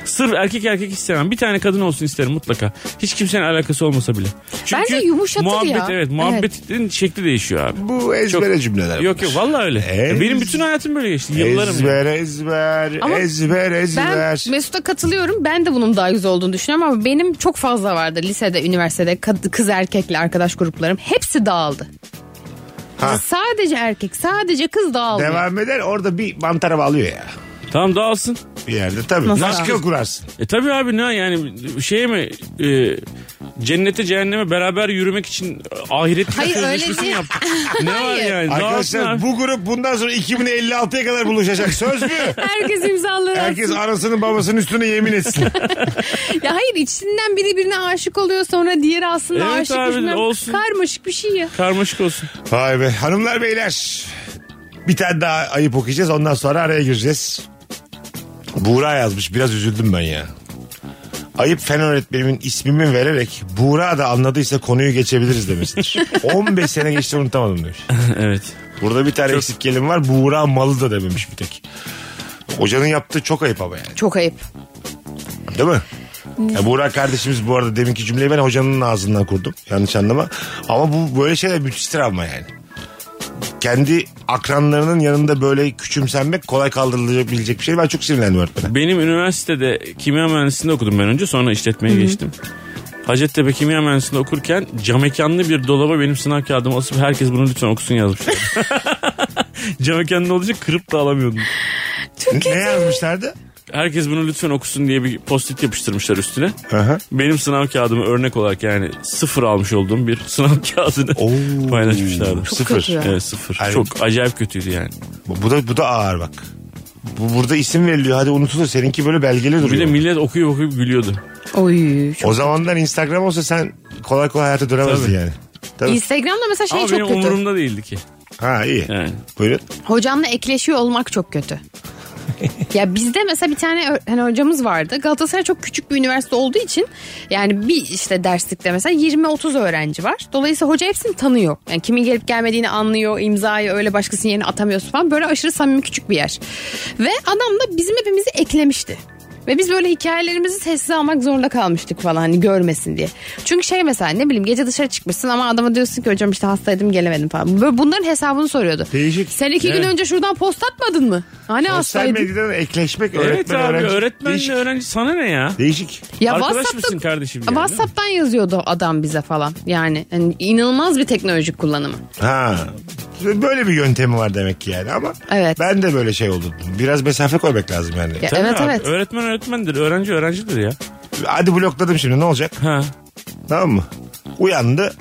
[SPEAKER 4] Sırf erkek erkek hiç sevmem. Bir tane kadın olsun isterim mutlaka. Hiç kimsenin alakası olmasa bile.
[SPEAKER 3] Bence yumuşatır
[SPEAKER 4] muhabbet,
[SPEAKER 3] ya.
[SPEAKER 4] Evet muhabbetin şekli değişiyor abi.
[SPEAKER 2] Bu ezbere cümleler.
[SPEAKER 4] Yok yok vallahi öyle.
[SPEAKER 2] Ez-
[SPEAKER 4] Benim bütün hayatım böyle geçti. Yıllarım.
[SPEAKER 2] Ezber ezber
[SPEAKER 3] Ama
[SPEAKER 2] ezber
[SPEAKER 3] Ben
[SPEAKER 2] ezber.
[SPEAKER 3] Mesut'a katılıyorum. Ben de bunun daha güzel olduğunu düşünüyorum ama benim çok fazla vardı lisede, üniversitede kad- kız erkekle arkadaş gruplarım. Hepsi dağıldı.
[SPEAKER 2] Ha.
[SPEAKER 3] Sadece erkek, sadece kız dağılmıyor.
[SPEAKER 2] Devam eder orada bir mantara bağlıyor ya.
[SPEAKER 4] Tamam dağılsın.
[SPEAKER 2] Bir yerde tabii.
[SPEAKER 3] Nasıl
[SPEAKER 2] Baskı
[SPEAKER 3] abi?
[SPEAKER 2] kurarsın.
[SPEAKER 4] E tabi abi ne yani şeye mi e, cennete cehenneme beraber yürümek için ahiret
[SPEAKER 3] Hayır, öyle
[SPEAKER 4] sözleşmesini
[SPEAKER 3] değil.
[SPEAKER 4] yaptık. ne var
[SPEAKER 3] Hayır.
[SPEAKER 4] yani? Dağılsın
[SPEAKER 2] Arkadaşlar
[SPEAKER 4] abi.
[SPEAKER 2] bu grup bundan sonra 2056'ya kadar buluşacak. Söz mü?
[SPEAKER 3] Herkes imzaları
[SPEAKER 2] Herkes
[SPEAKER 3] atsın.
[SPEAKER 2] anasının babasının üstüne yemin etsin.
[SPEAKER 3] Ya hayır içinden biri birine aşık oluyor sonra diğeri aslında
[SPEAKER 4] Evet
[SPEAKER 3] aşık.
[SPEAKER 4] abi,
[SPEAKER 3] bilmem-
[SPEAKER 4] olsun.
[SPEAKER 3] Karmaşık bir şey ya.
[SPEAKER 4] Karmaşık olsun.
[SPEAKER 2] Vay be. Hanımlar beyler. Bir tane daha ayıp okuyacağız. Ondan sonra araya gireceğiz. Buğra yazmış. Biraz üzüldüm ben ya. Ayıp fen öğretmenimin ismimi vererek Buğra da anladıysa konuyu geçebiliriz demesidir. 15 sene geçti unutamadım demiş.
[SPEAKER 4] evet.
[SPEAKER 2] Burada bir tane eksik kelime var. Buğra malı da dememiş bir tek. Hocanın yaptığı çok ayıp ama yani.
[SPEAKER 3] Çok ayıp.
[SPEAKER 2] Değil mi? Ya Buğra kardeşimiz bu arada deminki cümleyi ben hocanın ağzından kurdum. Yanlış anlama. Ama bu böyle şeyler müthiş travma yani. Kendi akranlarının yanında böyle küçümsenmek kolay kaldırılabilecek bir şey. Ben çok sinirlendim öğretmene.
[SPEAKER 4] Benim üniversitede kimya mühendisliğinde okudum ben önce sonra işletmeye geçtim. Hacettepe Kimya Mühendisliğinde okurken camekanlı bir dolaba benim sınav kağıdımı asıp herkes bunu lütfen okusun yazmış. camekanlı olacak kırıp da alamıyordum.
[SPEAKER 2] Ne yazmışlardı?
[SPEAKER 4] Herkes bunu lütfen okusun diye bir post-it yapıştırmışlar üstüne.
[SPEAKER 2] Aha.
[SPEAKER 4] Benim sınav kağıdımı örnek olarak yani sıfır almış olduğum bir sınav kağıdını
[SPEAKER 2] Oo.
[SPEAKER 4] paylaşmışlardı.
[SPEAKER 2] Çok
[SPEAKER 4] sıfır.
[SPEAKER 3] kötü ya.
[SPEAKER 4] Evet sıfır.
[SPEAKER 2] Hayır.
[SPEAKER 4] Çok acayip kötüydü yani.
[SPEAKER 2] Bu, bu da bu da ağır bak. Bu burada isim veriliyor. Hadi unutulur. Seninki böyle belgeli
[SPEAKER 4] Bir de
[SPEAKER 2] duruyor.
[SPEAKER 4] millet okuyup okuyup gülüyordu.
[SPEAKER 3] Oy. Çok...
[SPEAKER 2] o zamandan Instagram olsa sen kolay kolay hayata dönemezdin
[SPEAKER 4] Tabii.
[SPEAKER 2] yani. Tabii.
[SPEAKER 3] Instagram'da mesela şey
[SPEAKER 4] Ama
[SPEAKER 3] çok
[SPEAKER 4] benim
[SPEAKER 3] kötü.
[SPEAKER 4] umurumda değildi ki.
[SPEAKER 2] Ha iyi.
[SPEAKER 4] Yani.
[SPEAKER 2] Buyurun.
[SPEAKER 3] Hocamla ekleşiyor olmak çok kötü. ya bizde mesela bir tane ö- hani hocamız vardı. Galatasaray çok küçük bir üniversite olduğu için yani bir işte derslikte mesela 20-30 öğrenci var. Dolayısıyla hoca hepsini tanıyor. Yani kimin gelip gelmediğini anlıyor. imzayı öyle başkasının yerine atamıyorsun falan. Böyle aşırı samimi küçük bir yer. Ve adam da bizim hepimizi eklemişti. Ve biz böyle hikayelerimizi sessize almak zorunda kalmıştık falan hani görmesin diye. Çünkü şey mesela ne bileyim gece dışarı çıkmışsın ama adama diyorsun ki hocam işte hastaydım gelemedim falan. Böyle bunların hesabını soruyordu.
[SPEAKER 2] Değişik.
[SPEAKER 3] Sen iki gün önce şuradan post atmadın mı? Hani
[SPEAKER 2] Sosyal
[SPEAKER 3] hastaydın?
[SPEAKER 2] medyadan ekleşmek
[SPEAKER 4] Evet
[SPEAKER 2] öğretmen
[SPEAKER 4] abi
[SPEAKER 2] öğrenci.
[SPEAKER 4] öğretmenle
[SPEAKER 2] Değişik.
[SPEAKER 4] öğrenci sana ne ya?
[SPEAKER 2] Değişik.
[SPEAKER 3] Ya
[SPEAKER 4] Arkadaş
[SPEAKER 3] WhatsApp'ta-
[SPEAKER 4] mısın kardeşim yani?
[SPEAKER 3] WhatsApp'tan yazıyordu adam bize falan. Yani, yani inanılmaz bir teknolojik kullanımı.
[SPEAKER 2] Ha. Böyle bir yöntemi var demek ki yani ama
[SPEAKER 3] Evet.
[SPEAKER 2] ben de böyle şey oldum. Biraz mesafe koymak lazım yani.
[SPEAKER 3] Ya,
[SPEAKER 4] Tabii
[SPEAKER 3] evet
[SPEAKER 4] abi,
[SPEAKER 3] evet.
[SPEAKER 4] Öğretmen öğretmendir. Öğrenci öğrencidir ya.
[SPEAKER 2] Hadi blokladım şimdi ne olacak?
[SPEAKER 4] Ha.
[SPEAKER 2] Tamam mı? Uyandı.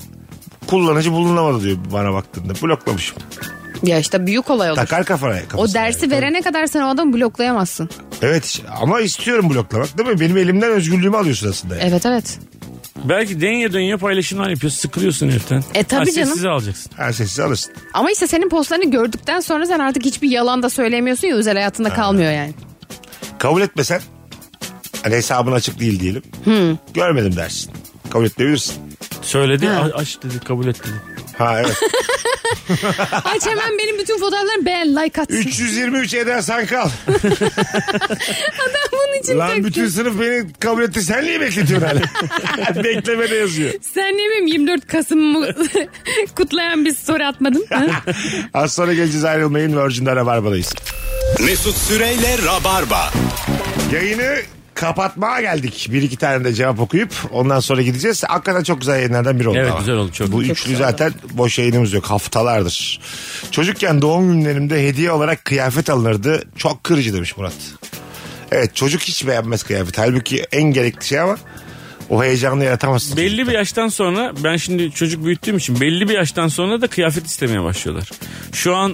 [SPEAKER 2] Kullanıcı bulunamadı diyor bana baktığında. Bloklamışım.
[SPEAKER 3] Ya işte büyük olay olur.
[SPEAKER 2] Takar kafana.
[SPEAKER 3] o
[SPEAKER 2] kafasına
[SPEAKER 3] dersi
[SPEAKER 2] yani.
[SPEAKER 3] verene kadar sen o adamı bloklayamazsın.
[SPEAKER 2] Evet ama istiyorum bloklamak değil mi? Benim elimden özgürlüğümü alıyorsun aslında. yani.
[SPEAKER 3] Evet evet.
[SPEAKER 4] Belki denye dönüyor paylaşımlar yapıyor. Sıkılıyorsun heriften.
[SPEAKER 3] E, tabii
[SPEAKER 4] Ha,
[SPEAKER 3] canım.
[SPEAKER 4] Sessize alacaksın.
[SPEAKER 2] Ha sessiz alırsın.
[SPEAKER 3] Ama işte senin postlarını gördükten sonra sen artık hiçbir yalan da söylemiyorsun ya özel hayatında kalmıyor yani.
[SPEAKER 2] Kabul etmesen hani hesabın açık değil diyelim.
[SPEAKER 3] Hmm.
[SPEAKER 2] Görmedim dersin. Kabul etmeyebilirsin.
[SPEAKER 4] Söyledi
[SPEAKER 3] Ha.
[SPEAKER 4] a- aç dedi kabul et dedi.
[SPEAKER 2] Ha evet.
[SPEAKER 3] Aç hemen benim bütün fotoğraflarımı beğen like atsın.
[SPEAKER 2] 323 Eda Sankal.
[SPEAKER 3] Ben bunun için
[SPEAKER 2] Lan
[SPEAKER 3] taktım.
[SPEAKER 2] bütün sınıf beni kabul etti. Sen niye bekletiyorsun hala? Bekleme de yazıyor.
[SPEAKER 3] Sen niye benim 24 Kasım'ımı kutlayan bir story atmadın? Ha?
[SPEAKER 2] Az sonra geleceğiz ayrılmayın. Virgin'de Rabarba'dayız.
[SPEAKER 1] Mesut Süreyle Rabarba.
[SPEAKER 2] Yayını kapatmaya geldik. Bir iki tane de cevap okuyup ondan sonra gideceğiz. Hakikaten çok güzel yayınlardan biri oldu.
[SPEAKER 4] Evet,
[SPEAKER 2] ama.
[SPEAKER 4] güzel oldu, çok.
[SPEAKER 2] Bu
[SPEAKER 4] Çok
[SPEAKER 2] üçlü zaten boş yayınımız yok haftalardır. Çocukken doğum günlerimde hediye olarak kıyafet alınırdı. Çok kırıcı demiş Murat. Evet çocuk hiç beğenmez kıyafet. Halbuki en gerekli şey ama o heyecanı yaratamazsın.
[SPEAKER 4] Belli bir yaştan sonra ben şimdi çocuk büyüttüğüm için belli bir yaştan sonra da kıyafet istemeye başlıyorlar. Şu an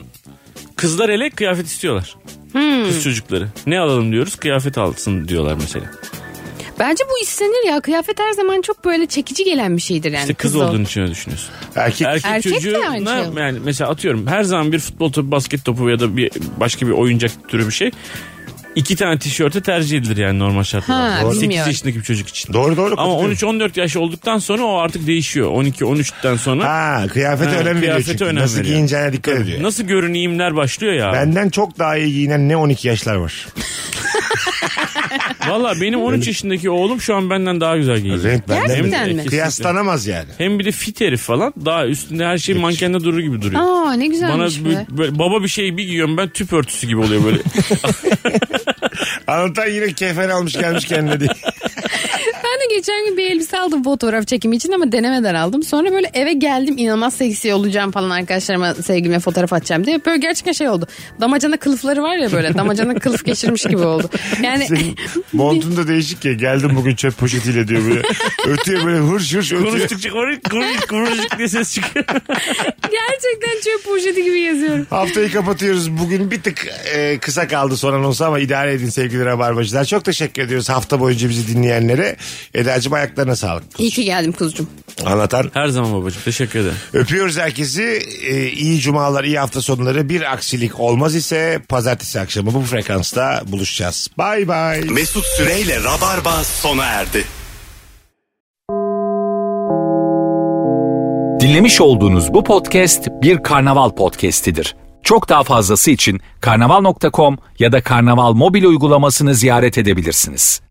[SPEAKER 4] kızlar ele kıyafet istiyorlar.
[SPEAKER 3] Hmm.
[SPEAKER 4] Kız çocukları. Ne alalım diyoruz kıyafet alsın diyorlar mesela.
[SPEAKER 3] Bence bu istenir ya. Kıyafet her zaman çok böyle çekici gelen bir şeydir yani.
[SPEAKER 4] İşte kız
[SPEAKER 3] ol-
[SPEAKER 4] olduğun için öyle düşünüyorsun.
[SPEAKER 2] Erkek
[SPEAKER 4] Erkek,
[SPEAKER 3] Erkek de
[SPEAKER 4] çocuğuna
[SPEAKER 3] aynı şey.
[SPEAKER 4] yani mesela atıyorum her zaman bir futbol topu, basket topu ya da bir başka bir oyuncak türü bir şey iki tane tişörte tercih edilir yani normal şartlarda.
[SPEAKER 3] Ha,
[SPEAKER 4] Doğru. 8
[SPEAKER 3] bilmiyorum.
[SPEAKER 4] yaşındaki bir çocuk için.
[SPEAKER 2] Doğru doğru.
[SPEAKER 4] Ama
[SPEAKER 2] katılıyorum.
[SPEAKER 4] 13-14 yaş olduktan sonra o artık değişiyor. 12-13'ten sonra
[SPEAKER 2] Ha kıyafete
[SPEAKER 4] Ha,
[SPEAKER 2] önem veriyor
[SPEAKER 4] kıyafete
[SPEAKER 2] çünkü.
[SPEAKER 4] önem
[SPEAKER 2] Nasıl
[SPEAKER 4] veriyor.
[SPEAKER 2] giyineceğine dikkat ediyor.
[SPEAKER 4] nasıl görüneyimler başlıyor ya.
[SPEAKER 2] Benden çok daha iyi giyinen ne 12 yaşlar var.
[SPEAKER 4] Valla benim 13 yaşındaki oğlum şu an benden daha güzel giyiniyor.
[SPEAKER 2] Renk benden
[SPEAKER 3] Gerçekten mi?
[SPEAKER 2] Kıyaslanamaz yani.
[SPEAKER 4] Hem bir de fit herif falan daha üstünde her şey mankende durur gibi duruyor.
[SPEAKER 3] Aa ne
[SPEAKER 4] Bana
[SPEAKER 3] güzelmiş be.
[SPEAKER 4] bu- böyle baba bir şey bir giyiyorum ben tüp örtüsü gibi oluyor böyle.
[SPEAKER 2] Anlatan yine kefen almış gelmiş kendine diye.
[SPEAKER 3] Ben de geçen gün bir elbise aldım fotoğraf çekimi için ama denemeden aldım. Sonra böyle eve geldim inanılmaz seksi olacağım falan arkadaşlarıma sevgilime fotoğraf atacağım diye. Böyle gerçekten şey oldu. Damacana kılıfları var ya böyle damacana kılıf geçirmiş gibi oldu. Yani
[SPEAKER 2] Senin montun da değişik ya. Geldim bugün çöp poşetiyle diyor böyle. Ötüyor böyle hırş hırş ötüyor.
[SPEAKER 4] Konuştukça konuştuk konuştuk konuştuk diye ses çıkıyor.
[SPEAKER 3] gerçekten çöp poşeti gibi yazıyorum.
[SPEAKER 2] Haftayı kapatıyoruz. Bugün bir tık e, kısa kaldı son anonsu ama idare edin sevgili Rabarbacılar. Çok teşekkür ediyoruz hafta boyunca bizi dinleyenlere. Eda'cığım ayaklarına sağlık.
[SPEAKER 3] İyi ki geldim kuzucuğum.
[SPEAKER 2] Anlatan.
[SPEAKER 4] Her zaman babacığım teşekkür ederim.
[SPEAKER 2] Öpüyoruz herkesi. E, iyi cumalar, iyi hafta sonları. Bir aksilik olmaz ise pazartesi akşamı bu frekansta buluşacağız. Bay bay.
[SPEAKER 1] Mesut Süreyle Rabarba sona erdi.
[SPEAKER 5] Dinlemiş olduğunuz bu podcast bir karnaval podcastidir. Çok daha fazlası için karnaval.com ya da karnaval mobil uygulamasını ziyaret edebilirsiniz.